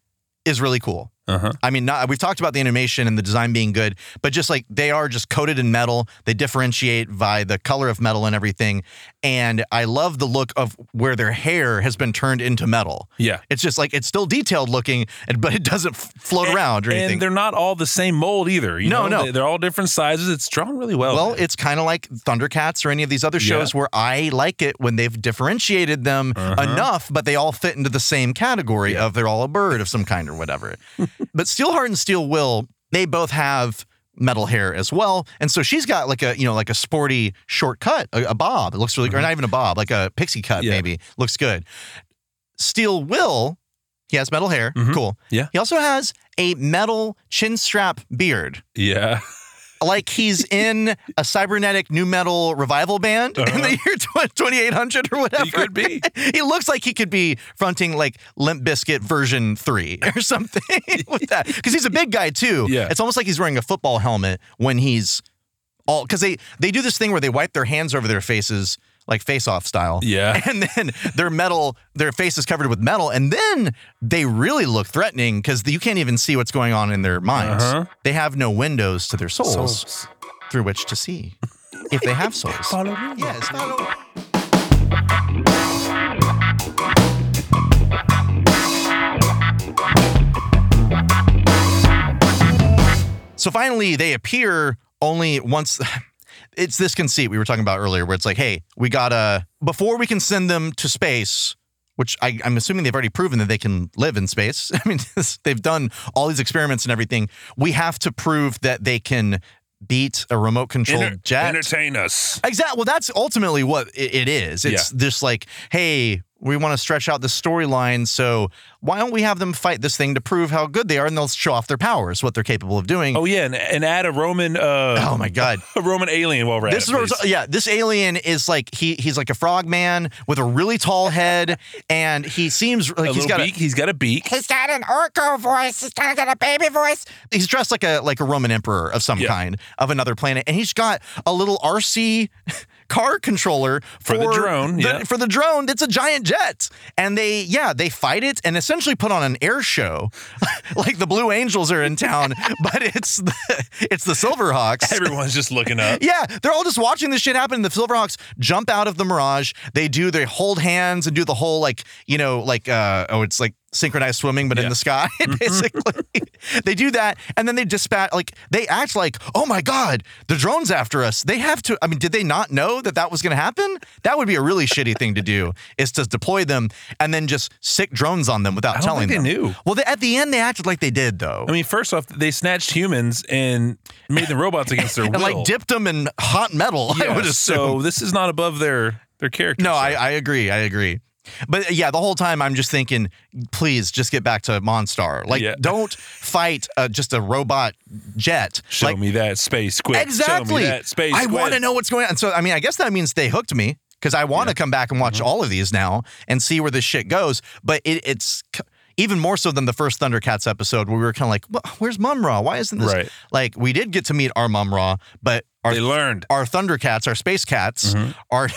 S2: is really cool.
S1: Uh-huh.
S2: I mean, not, we've talked about the animation and the design being good, but just like they are just coated in metal, they differentiate by the color of metal and everything. And I love the look of where their hair has been turned into metal.
S1: Yeah.
S2: It's just like it's still detailed looking, and- but it doesn't f- float around or anything.
S1: And they're not all the same mold either. You
S2: No,
S1: know?
S2: no.
S1: They- They're all different sizes. It's drawn really well.
S2: Well, it's kind of like Thundercats or any of these other shows where I like it when they've differentiated them
S1: Uh-huh.
S2: enough, but they all fit into the same category of they're all a bird of some kind or whatever. but Steelheart and Steel Will, they both have metal hair as well, and so she's got like a you know like a sporty shortcut, a, a bob. It looks really, or not even a bob, like a pixie cut
S1: Mm-hmm. Yeah.
S2: maybe. Looks good. Steel Will, he has metal hair. Cool.
S1: Mm-hmm. Yeah.
S2: He also has a metal chin strap beard
S1: yeah.
S2: like he's in a cybernetic new metal revival band in the year 20- 2800 or whatever.
S1: Uh-huh. He could be.
S2: he looks like he could be fronting like Limp Biscuit version three or something with that because he's a big guy too.
S1: Yeah.
S2: it's almost like he's wearing a football helmet when he's all because they they do this thing where they wipe their hands over their faces like face off style.
S1: Yeah.
S2: And then their metal, their face is covered with metal. And then they really look threatening because you can't even see what's going on in their minds.
S1: Uh-huh.
S2: They have no windows to their souls, through which to see if they have souls.
S1: Follow me.
S2: Yes, follow. So finally, they appear only once. It's this conceit we were talking about earlier, where it's like, hey, we gotta before we can send them to space. Which I, I'm assuming they've already proven that they can live in space. I mean, this- they've done all these experiments and everything. We have to prove that they can beat a remote controlled
S1: Enter-
S2: jet.
S1: Entertain us.
S2: Exactly. Well, that's ultimately what it, it is. It's just like, hey, we want to stretch out the storyline, so why don't we have them fight this thing to prove how good they are, and they'll show off their powers, what they're capable of doing.
S1: Oh yeah, and, and add a Roman. Uh,
S2: Oh, my God.
S1: a Roman alien while we're at
S2: This is
S1: it,
S2: what
S1: please.
S2: it's- yeah. This alien is like he he's like a frog man with a really tall head, and he seems like
S1: a
S2: he's
S1: little
S2: got a,
S1: beak. he's got a beak.
S6: He's got an orco voice. He's kind of got a baby voice.
S2: he's dressed like a like a Roman emperor of some
S1: Yeah.
S2: kind of another planet, and he's got a little RC car controller for,
S1: For the drone,
S2: the-
S1: yeah.
S2: For the drone, that's a giant jet, and they yeah they fight it and essentially put on an air show, like the Blue Angels are in town, but it's the, it's the Silverhawks.
S1: Everyone's just looking up.
S2: Yeah, they're all just watching this shit happen. The Silverhawks jump out of the Mirage. They do, they hold hands and do the whole like, you know, like, uh, oh, it's like synchronized swimming, but in
S1: Yeah. Mm-hmm.
S2: the sky, basically. they do that. And then they dispatch, like, they act like, oh my God, the drone's after us. They have to, I mean, did they not know that that was going to happen? That would be a really shitty thing to do is to deploy them and then just sick drones on them without
S1: I don't
S2: telling
S1: think they
S2: them.
S1: knew.
S2: Well, they, at the end, they acted like they did, though.
S1: I mean, first off, they snatched humans and made them robots against their
S2: and
S1: will.
S2: like dipped them in hot metal, I
S1: Yeah,
S2: would assume.
S1: So this is not above their their character.
S2: No,
S1: set.
S2: I, I agree. I agree. But uh, yeah, the whole time I'm just thinking, please just get back to Monstar. Like,
S1: Yeah.
S2: don't fight uh, just a robot jet.
S1: show
S2: like,
S1: me that space quick. Show
S2: Exactly.
S1: me that space.
S2: I want to
S1: quick.
S2: know what's going on. So, I mean, I guess that means they hooked me because I want to come back and watch
S1: Mm-hmm.
S2: all of these now and see where this shit goes. But it, it's c- even more so than the first Thundercats episode where we were kind of like, well, where's Mumra? Why isn't this?
S1: Right.
S2: Like, we did get to meet our Mumra, but our
S1: They learned.
S2: our Thundercats, our Space Cats, are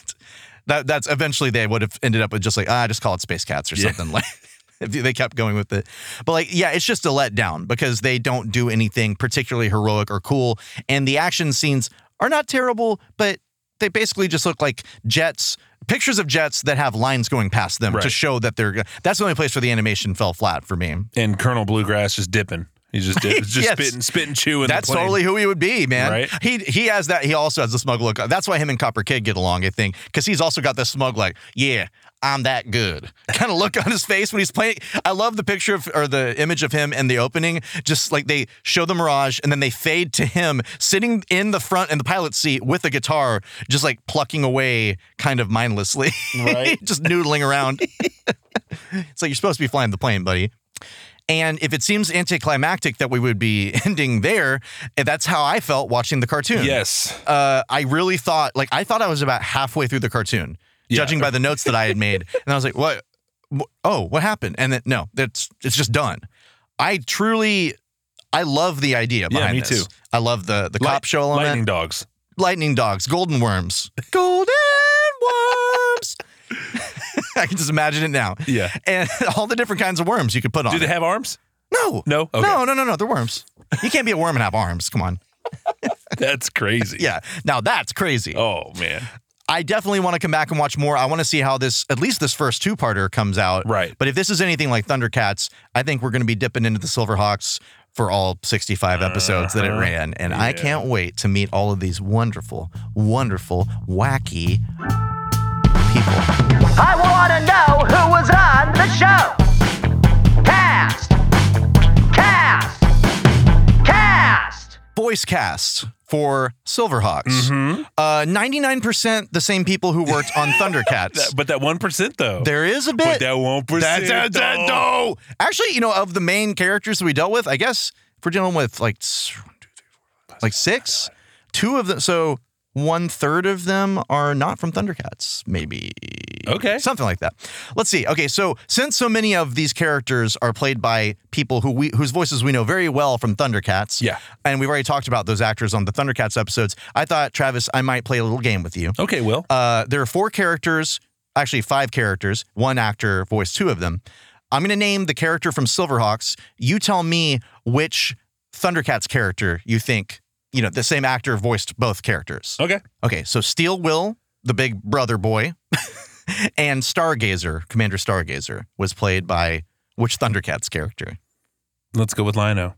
S2: that that's eventually they would have ended up with just like ah, just call it Space Cats or something like. if they kept going with it. But like, yeah, it's just a letdown because they don't do anything particularly heroic or cool, and the action scenes are not terrible, but they basically just look like jets. Pictures of jets that have lines going past them to
S1: Right.
S2: show that they're. That's the only place where the animation fell flat for me.
S1: And Colonel Bluegrass just dipping. He's just dip, just
S2: Yes.
S1: spitting, spitting, chewing.
S2: That's
S1: the plane.
S2: totally who he would be, man.
S1: Right?
S2: He he has that. He also has the smug look. That's why him and Copper Kid get along, I think, because he's also got this smug like, yeah, I'm that good kind of look on his face when he's playing. I love the picture of or the image of him in the opening. Just like they show the mirage and then they fade to him sitting in the front in the pilot seat with a guitar, just like plucking away kind of mindlessly,
S1: Right.
S2: just noodling around. it's like you're supposed to be flying the plane, buddy. And if it seems anticlimactic that we would be ending there, that's how I felt watching the cartoon.
S1: Yes.
S2: Uh, I really thought, like, I thought I was about halfway through the cartoon,
S1: Yeah.
S2: judging by the notes that I had made. And I was like, what? Wh- Oh, what happened? And then, no, that's it's just done. I truly, I love the idea behind
S1: me
S2: this.
S1: too.
S2: I love the the
S1: Light-
S2: cop show element.
S1: Lightning dogs.
S2: Lightning dogs, golden worms, golden worms. I can just imagine it now.
S1: Yeah.
S2: and all the different kinds of worms you could put on.
S1: Do they
S2: it.
S1: have arms?
S2: No.
S1: No? Okay.
S2: No, no, no, no. They're worms. You can't be a worm and have arms. Come on.
S1: That's crazy.
S2: Yeah. Now that's crazy.
S1: Oh man.
S2: I definitely want to come back and watch more. I want to see how this, at least this first two parter comes out.
S1: Right.
S2: But if this is anything like Thundercats, I think we're going to be dipping into the Silverhawks for all 65
S1: Uh-huh.
S2: episodes that it ran. And I can't wait to meet all of these wonderful, wonderful, wacky people.
S6: I want to know who was on the show. Cast. Cast. Cast.
S2: Voice cast for Silverhawks.
S1: Mm-hmm.
S2: Uh, 99% the same people who worked on Thundercats.
S1: That- but that one percent though.
S2: There is a
S1: But
S2: bit.
S1: that one
S2: That-
S1: percent.
S2: that- that- no. Actually, you know, of the main characters that we dealt with, I guess if we're dealing with like s- one, two, three, four, five, like six, two of them. So one third of them are not from Thundercats, maybe
S1: Okay.
S2: something like that. Let's see. Okay, so since so many of these characters are played by people who we whose voices we know very well from Thundercats,
S1: Yeah.
S2: and we've already talked about those actors on the Thundercats episodes. I thought Travis, I might play a little game with you.
S1: Okay. Well.
S2: Uh, there are four characters, actually five characters. One actor voiced two of them. I'm going to name the character from Silverhawks. You tell me which Thundercats character you think, you know, the same actor voiced both characters.
S1: okay.
S2: Okay, so Steel Will, the big brother boy, and Stargazer, Commander Stargazer, was played by which Thundercats character?
S1: Let's go with Lino.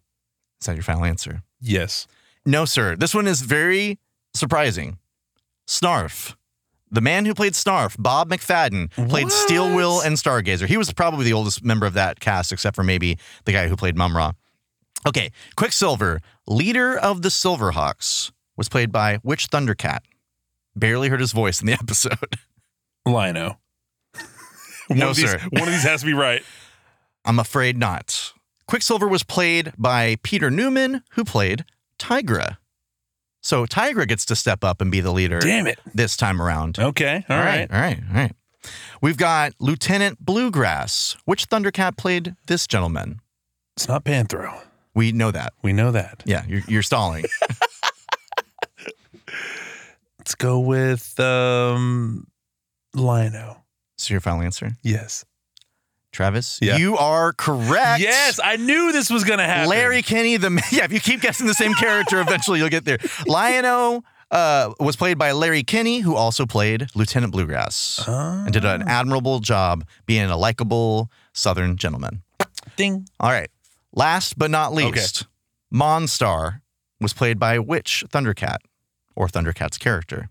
S2: Is that your final answer?
S1: Yes.
S2: No, sir. This one is very surprising. Snarf. The man who played Snarf, Bob McFadden, played Steel Will and Stargazer. He was probably the oldest member of that cast, except for maybe the guy who played Mum Ra. Okay, Quicksilver, leader of the Silverhawks, was played by which Thundercat? Barely heard his voice in the episode.
S1: Lino. one
S2: No,
S1: of these,
S2: sir.
S1: One of these has to be right.
S2: I'm afraid not. Quicksilver was played by Peter Newman, who played Tigra. So Tigra gets to step up and be the leader
S1: Damn it.
S2: this time around.
S1: Okay. Oh, All right.
S2: All right. All right. We've got Lieutenant Bluegrass. Which Thundercat played this gentleman?
S1: It's not Panthro.
S2: We know that.
S1: We know that.
S2: Yeah, you're, you're stalling.
S1: Let's go with um, Lino.
S2: so your final answer,
S1: Yes.
S2: Travis?
S1: Yeah.
S2: You are correct.
S1: Yes. I knew this was gonna happen.
S2: Larry Kenny, the yeah. If you keep guessing the same character, eventually you'll get there. Lion-O uh, was played by Larry Kenny, who also played Lieutenant Bluegrass
S1: Oh.
S2: and did an admirable job being a likable Southern gentleman.
S1: Ding.
S2: All right. Last but not
S1: Okay.
S2: least, Monstar was played by which Thundercat or Thundercat's character?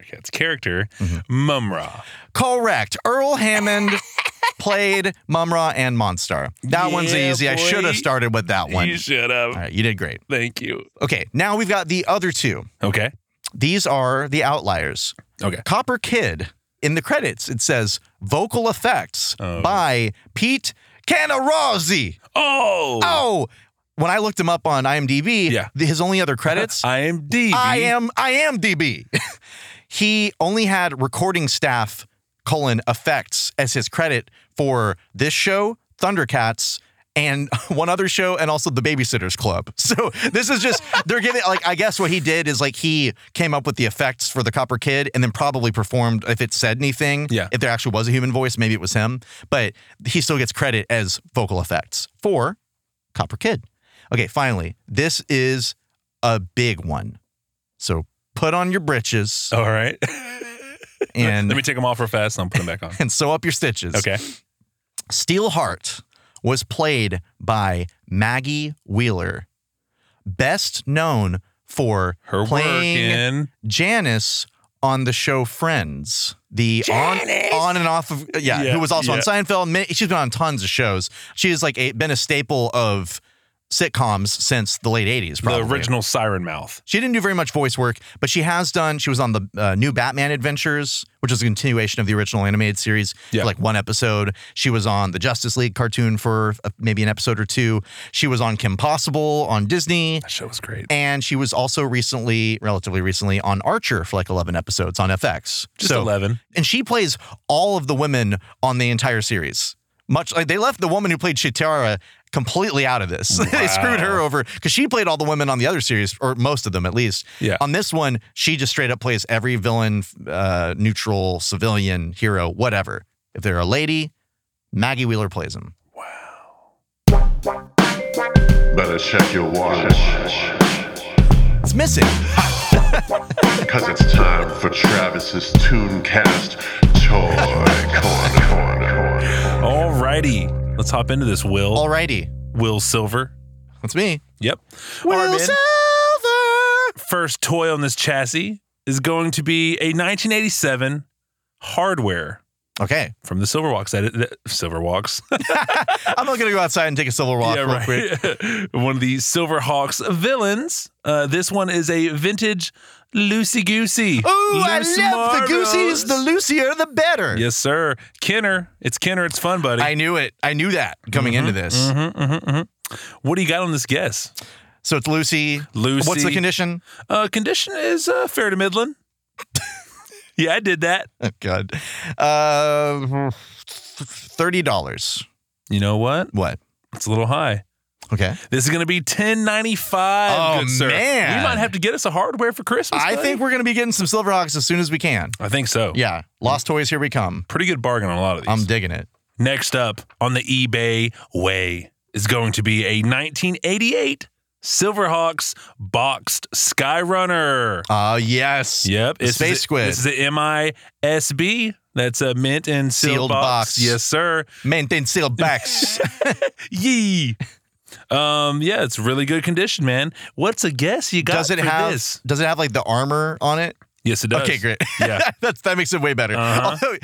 S1: Thundercat's character, Mm-hmm. Mumra.
S2: Correct. Earl Hammond played Mumra and Monstar. That one's
S1: Yeah,
S2: easy. I
S1: boy.
S2: should have started with that one.
S1: You should have.
S2: All right, you did great.
S1: Thank you.
S2: Okay, now we've got the other two.
S1: Okay.
S2: These are the outliers.
S1: Okay.
S2: Copper Kid in the credits, it says vocal effects
S1: Oh.
S2: by Pete Canarozzi.
S1: Oh.
S2: Oh, when I looked him up on IMDb,
S1: Yeah.
S2: th- his only other credits,
S1: I am D.
S2: I am I am DB. he only had recording staff colon effects as his credit for this show, Thundercats, and one other show and also the Babysitters Club. So this is just they're giving like I guess what he did is like he came up with the effects for the Copper Kid and then probably performed if it said anything.
S1: Yeah.
S2: If there actually was a human voice, maybe it was him. But he still gets credit as vocal effects for Copper Kid. Okay, finally, this is a big one. So put on your britches
S1: All right.
S2: and
S1: Oh, Let me take them off real fast and I'll put them back on.
S2: and sew up your stitches.
S1: Okay.
S2: Steelheart was played by Maggie Wheeler, best known for
S1: Her
S2: playing
S1: work in.
S2: Janice on the show Friends. The on, on and off of uh, yeah,
S1: Yeah,
S2: who was also on
S1: yeah.
S2: Seinfeld. Ma- She's been on tons of shows. She's like a, been a staple of sitcoms since the late '80s. Probably.
S1: The original Siren Mouth.
S2: She didn't do very much voice work, but she has done. She was on the uh, new Batman Adventures, which is a continuation of the original animated series, for
S1: Yeah.
S2: like one episode. She was on the Justice League cartoon for uh, maybe an episode or two. She was on Kim Possible on Disney,
S1: That show was great.
S2: and she was also recently, relatively recently, on Archer for like eleven episodes on FX.
S1: Just 11.
S2: and she plays all of the women on the entire series. Much like they left the woman who played Chitara completely out of this. they screwed her over because she played all the women on the other series, or most of them at least.
S1: Yeah.
S2: On this one, she just straight up plays every villain, uh, neutral, civilian, hero, whatever. If they're a lady, Maggie Wheeler plays them.
S3: Better check your watch.
S2: It's missing.
S3: Cause it's time for Travis's Tooncast Toy Corner.
S1: All righty. Let's hop into this, Will.
S2: Alrighty,
S1: Will Silver.
S2: that's me.
S1: Yep.
S2: Will
S1: All right, man.
S2: Silver.
S1: First toy on this chassis is going to be a 1987 hardware
S2: Okay,
S1: from the Silverwalks. That, that Silverwalks.
S2: I'm not gonna go outside and take a silver walk real quick.
S1: one of the Silverhawks villains. Uh, this one is a vintage Loosey Goosey.
S2: Ooh, I love the goosies. The loosier, the better.
S1: Yes, sir. Kenner. It's Kenner. It's fun, buddy.
S2: I knew it. I knew that coming into
S1: Mm-hmm.
S2: this.
S1: what do you got on this guess?
S2: So it's Lucy.
S1: Lucy.
S2: What's the condition?
S1: Uh, condition is uh, fair to middling. yeah, I did that.
S2: Oh, God. Uh, Thirty dollars.
S1: You know what?
S2: What?
S1: It's a little high.
S2: Okay.
S1: This is going to be ten ninety five.
S2: Oh,
S1: good sir.
S2: man.
S1: we might have to get us a hardware for Christmas.
S2: I
S1: buddy.
S2: think we're gonna be getting some Silverhawks as soon as we can.
S1: I think so.
S2: Yeah. Lost toys, here we come.
S1: pretty good bargain on a lot of these.
S2: I'm digging it.
S1: Next up on the eBay way is going to be a 1988 Silverhawks boxed Skyrunner.
S2: Uh yes.
S1: Yep,
S2: The Space
S1: is a-
S2: Squid.
S1: This is a MISB. That's a mint and sealed,
S2: Sealed
S1: box.
S2: box.
S1: Yes, sir.
S2: Maintain sealed backs.
S1: Yee. Um, yeah, it's really good condition, man. What's a guess you got
S2: does it
S1: for
S2: have?
S1: this?
S2: Does it have like the armor on it?
S1: Yes, it does.
S2: Okay, great.
S1: Yeah. Uh-huh.
S2: That's, that makes it way better.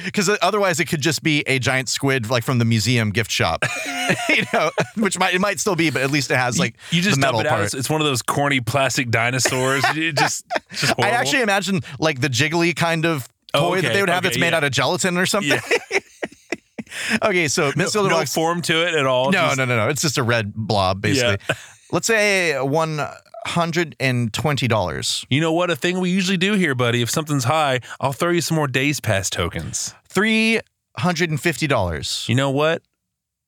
S2: Because otherwise, it could just be a giant squid like from the museum gift shop, you know, which might it might still be, but at least it has like
S1: you just
S2: the
S1: dump
S2: metal
S1: it out.
S2: part.
S1: It's- It's one of those corny plastic dinosaurs. It just, just
S2: I
S1: horrible.
S2: actually imagine like the jiggly kind of toy
S1: Oh,
S2: that
S1: okay,
S2: they would have
S1: okay,
S2: that's made
S1: yeah.
S2: out of gelatin or something.
S1: Yeah.
S2: okay, so Miss
S1: no
S2: Silverbox.
S1: form to it at all.
S2: No,
S1: Just-
S2: no, no, no. It's just a red blob, basically. Let's say one hundred and twenty dollars,
S1: You know what? A thing we usually do here, buddy. If something's high, I'll throw you some more days pass tokens.
S2: three hundred and fifty dollars.
S1: You know what?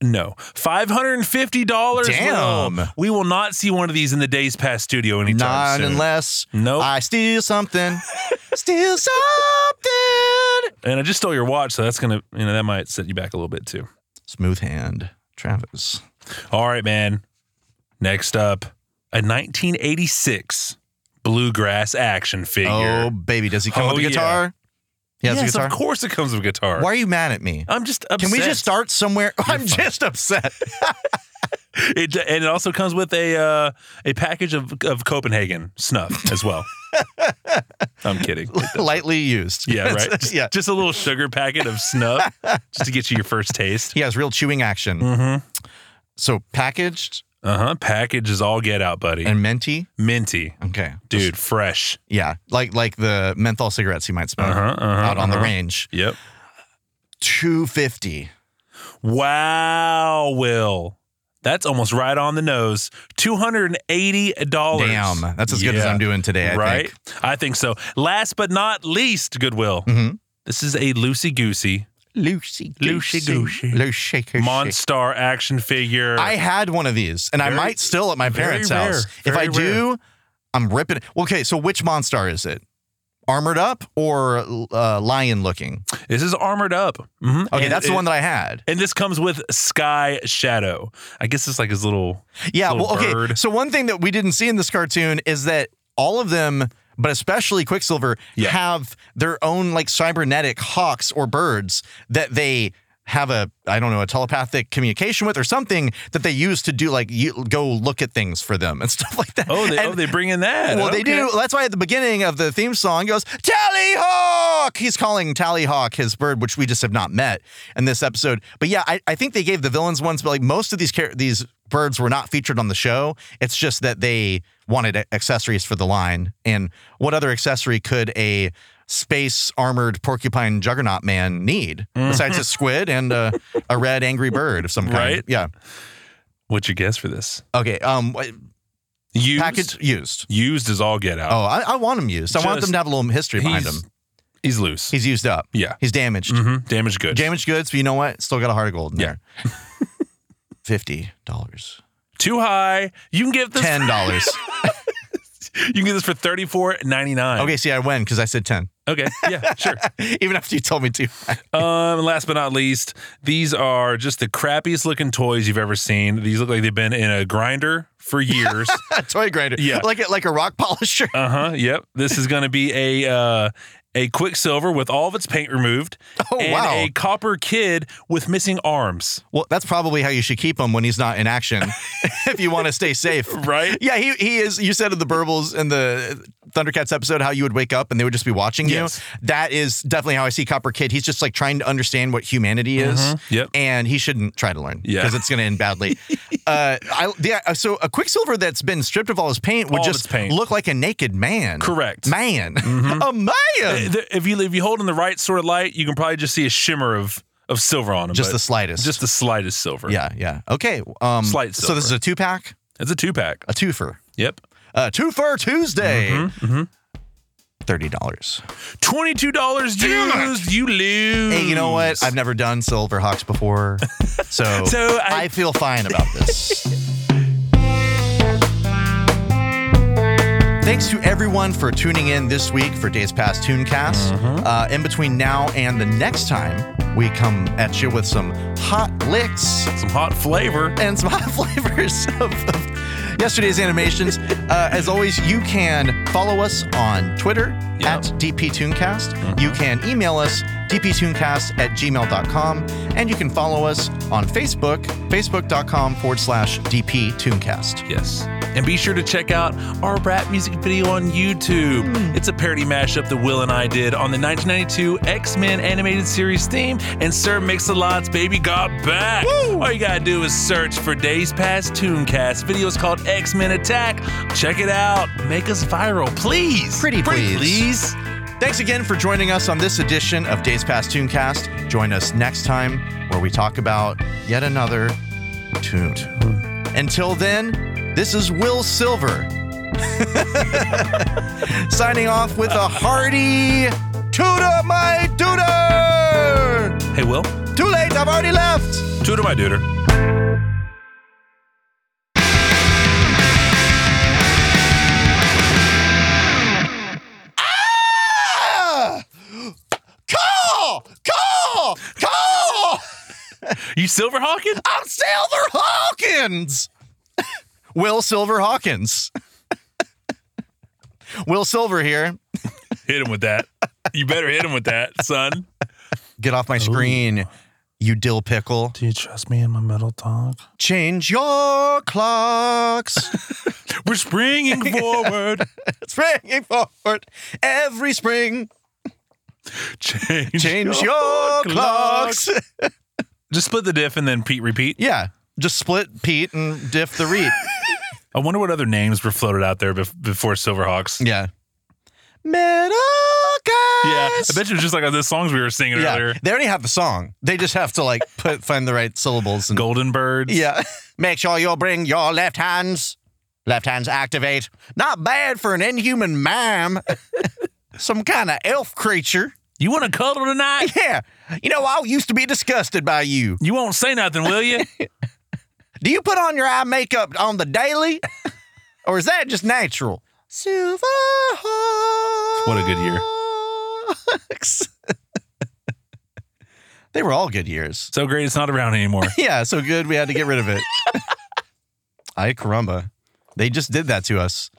S1: No, five hundred and fifty dollars.
S2: Damn.
S1: we will not see one of these in the days past studio anytime
S2: Not
S1: soon.
S2: unless
S1: Nope.
S2: I steal something. steal something.
S1: and I just stole your watch, so that's gonna, you know, that might set you back a little bit too.
S2: Smooth hand, Travis.
S1: All right, man. Next up, a 1986 bluegrass action figure.
S2: Oh, baby, does he come
S1: Oh,
S2: with a
S1: yeah.
S2: guitar? He has
S1: yes,
S2: a guitar.
S1: of course it comes with a guitar.
S2: Why are you mad at me?
S1: I'm just
S2: Can
S1: upset.
S2: we just start somewhere? I'm
S1: fine.
S2: just upset.
S1: It, and it also comes with a uh, a package of, of Copenhagen snuff as well. I'm kidding.
S2: Lightly used.
S1: Yeah,
S2: It's-
S1: right. Just,
S2: yeah.
S1: just a little sugar packet of snuff just to get you your first taste.
S2: He has real chewing action.
S1: Mm-hmm.
S2: So packaged
S1: Uh huh. Package is all get out, buddy.
S2: and minty.
S1: Minty,
S2: Okay.
S1: dude, fresh.
S2: Yeah. Like like the menthol cigarettes he might smoke
S1: Uh huh. Uh-huh,
S2: out on the
S1: uh-huh.
S2: range.
S1: Yep.
S2: Two fifty.
S1: Wow, Will. That's almost right on the nose. Two hundred and eighty dollars.
S2: Damn. That's as good as I'm doing today, I
S1: right?
S2: think.
S1: I think so. Last but not least, Goodwill.
S2: Mhm.
S1: This is a loosey goosey
S2: Lucy
S1: Loosey goosey.
S2: Lucy goosey.
S1: Monstar action figure.
S2: I had one of these, and I
S1: Very-
S2: might still at my
S1: very
S2: parents'
S1: rare,
S2: house. If
S1: very
S2: I do, I'm ripping. it. Okay, so which Monstar is it? Armored up or uh, lion looking?
S1: this is armored up. hmm
S2: Okay, that's the one that I had.
S1: And this comes with Sky Shadow. I guess it's like his little.
S2: Yeah.
S1: little
S2: Well, okay.
S1: bird.
S2: So one thing that we didn't see in this cartoon is that all of them, but especially Quicksilver,
S1: Yeah.
S2: have their own like cybernetic hawks or birds that they have a I don't know a telepathic communication with or something that they use to do like you, go look at things for them and stuff like that.
S1: Oh, they,
S2: And-
S1: oh, they bring in that.
S2: Well, they
S1: Okay.
S2: do. That's why at the beginning of the theme song it goes Tally Hawk. He's calling Tally Hawk his bird, which we just have not met in this episode. But yeah, I, I think they gave the villains ones, but like most of these char- these birds were not featured on the show. It's just that they wanted a- accessories for the line. And what other accessory could a space armored porcupine juggernaut man need
S1: Mm.
S2: besides a squid and a, a red angry bird of some kind?
S1: Right.
S2: Yeah.
S1: What's your guess for this?
S2: Okay. Um.
S1: Used.
S2: Package used.
S1: Used is all get out.
S2: Oh, I, I want them used. I want
S1: Just-
S2: them to have a little history behind them.
S1: he's, he's loose.
S2: He's used up.
S1: Yeah.
S2: He's damaged.
S1: hmm Damaged goods.
S2: Damaged goods, but you know what? Still got a heart of gold in there. Fifty dollars.
S1: Too high. You can get this.
S2: Ten dollars.
S1: You can get this for thirty four ninety nine.
S2: okay, see, I win because I said ten.
S1: Okay. Yeah. Sure.
S2: Even after you told me to.
S1: Um, and last but not least, these are just the crappiest looking toys you've ever seen. These look like they've been in a grinder for years.
S2: A toy grinder.
S1: Yeah.
S2: Like a, like a rock polisher.
S1: uh huh. Yep. This is going to be a uh, a quicksilver with all of its paint removed.
S2: Oh,
S1: and
S2: wow.
S1: A copper kid with missing arms.
S2: Well, that's probably how you should keep him when he's not in action, if you want to stay safe.
S1: Right.
S2: Yeah, he, he is. You said of the Burbles in the Thundercats episode how you would wake up and they would just be watching
S1: Yes.
S2: you. That is definitely how I see Copper Kid. He's just like trying to understand what humanity is.
S1: Mm-hmm. Yep.
S2: And he shouldn't try to learn
S1: Yeah.
S2: because it's going to end badly. uh, I, yeah, so a Quicksilver that's been stripped of all his paint would
S1: All of
S2: just
S1: its paint.
S2: look like a naked man.
S1: Correct. Mm-hmm.
S2: Man. a man.
S1: Uh, The- If you if you hold in the right sort of light, you can probably just see a shimmer of of silver on them.
S2: Just the slightest.
S1: Just the slightest silver.
S2: yeah, yeah. Okay. Um,
S1: Slight
S2: so
S1: silver.
S2: this is a two pack,
S1: It's a two pack.
S2: a twofer.
S1: Yep.
S2: Uh, two for Tuesday.
S1: Mm-hmm,
S2: Thirty dollars.
S1: Twenty two dollars used. You lose.
S2: Hey, you know what? I've never done Silverhawks before, so,
S1: Mm. So
S2: I,
S1: I-
S2: feel fine about this. Thanks to everyone for tuning in this week for Days Past Tooncast.
S1: Mm-hmm.
S2: Uh, in between now and the next time, we come at you with some hot licks
S1: Some hot flavor.
S2: and some hot flavors of, of yesterday's animations. Uh, as always, you can follow us on Twitter
S1: Yeah.
S2: at DPToonCast. You can email us dptooncast at gmail.com. And you can follow us on Facebook, facebook.com forward slash DPToonCast.
S1: Yes. And be sure to check out our rap music video on YouTube. It's a parody mashup that Will and I did on the 1992 X Men animated series theme, and Sir Mix a Lot's Baby Got Back. All you gotta do is search for Days Past Tooncast. Video is called X Men Attack. Check it out. Make us viral, please.
S2: Pretty please.
S1: please.
S2: Thanks again for joining us on this edition of Days Past Tooncast. Join us next time where we talk about yet another tune. Until then, this is Will Silver signing off with a hearty Tuda my Tutor!
S1: Hey, Will.
S2: Too late, I've already left!
S1: Tutor my duder.
S2: Ah! Call! Call! Call!
S1: You silver hawking?
S2: I'm Silver Hawkins. Will Silver Hawkins. Will Silver here.
S1: hit him with that. You better hit him with that, son.
S2: Get off my screen, you dill pickle.
S1: Do you trust me in my metal talk?
S2: Change your clocks.
S1: We're springing forward.
S2: springing forward every spring.
S1: Change.
S2: Change your clocks.
S1: Just split the diff and then Pete repeat.
S2: yeah. Just split Pete and diff the reed.
S1: I wonder what other names were floated out there bef- before Silverhawks.
S2: yeah. Metal guys.
S1: Yeah, I bet you it was just like the songs we were singing
S2: Yeah.
S1: earlier.
S2: They already have the song. They just have to like put find the right syllables and
S1: Golden Birds.
S2: Yeah. Make sure you bring your left hands. Left hands activate. Not bad for an inhuman mime. Some kind of elf creature.
S1: You want to cuddle tonight?
S2: Yeah. You know, I used to be disgusted by you.
S1: You won't say nothing, will you?
S2: Do you put on your eye makeup on the daily? or is that just natural? Silver Hawks.
S1: What a good year.
S2: they were all good years.
S1: So great, it's not around anymore.
S2: Yeah, so good we had to get rid of it. Ay caramba. They just did that to us.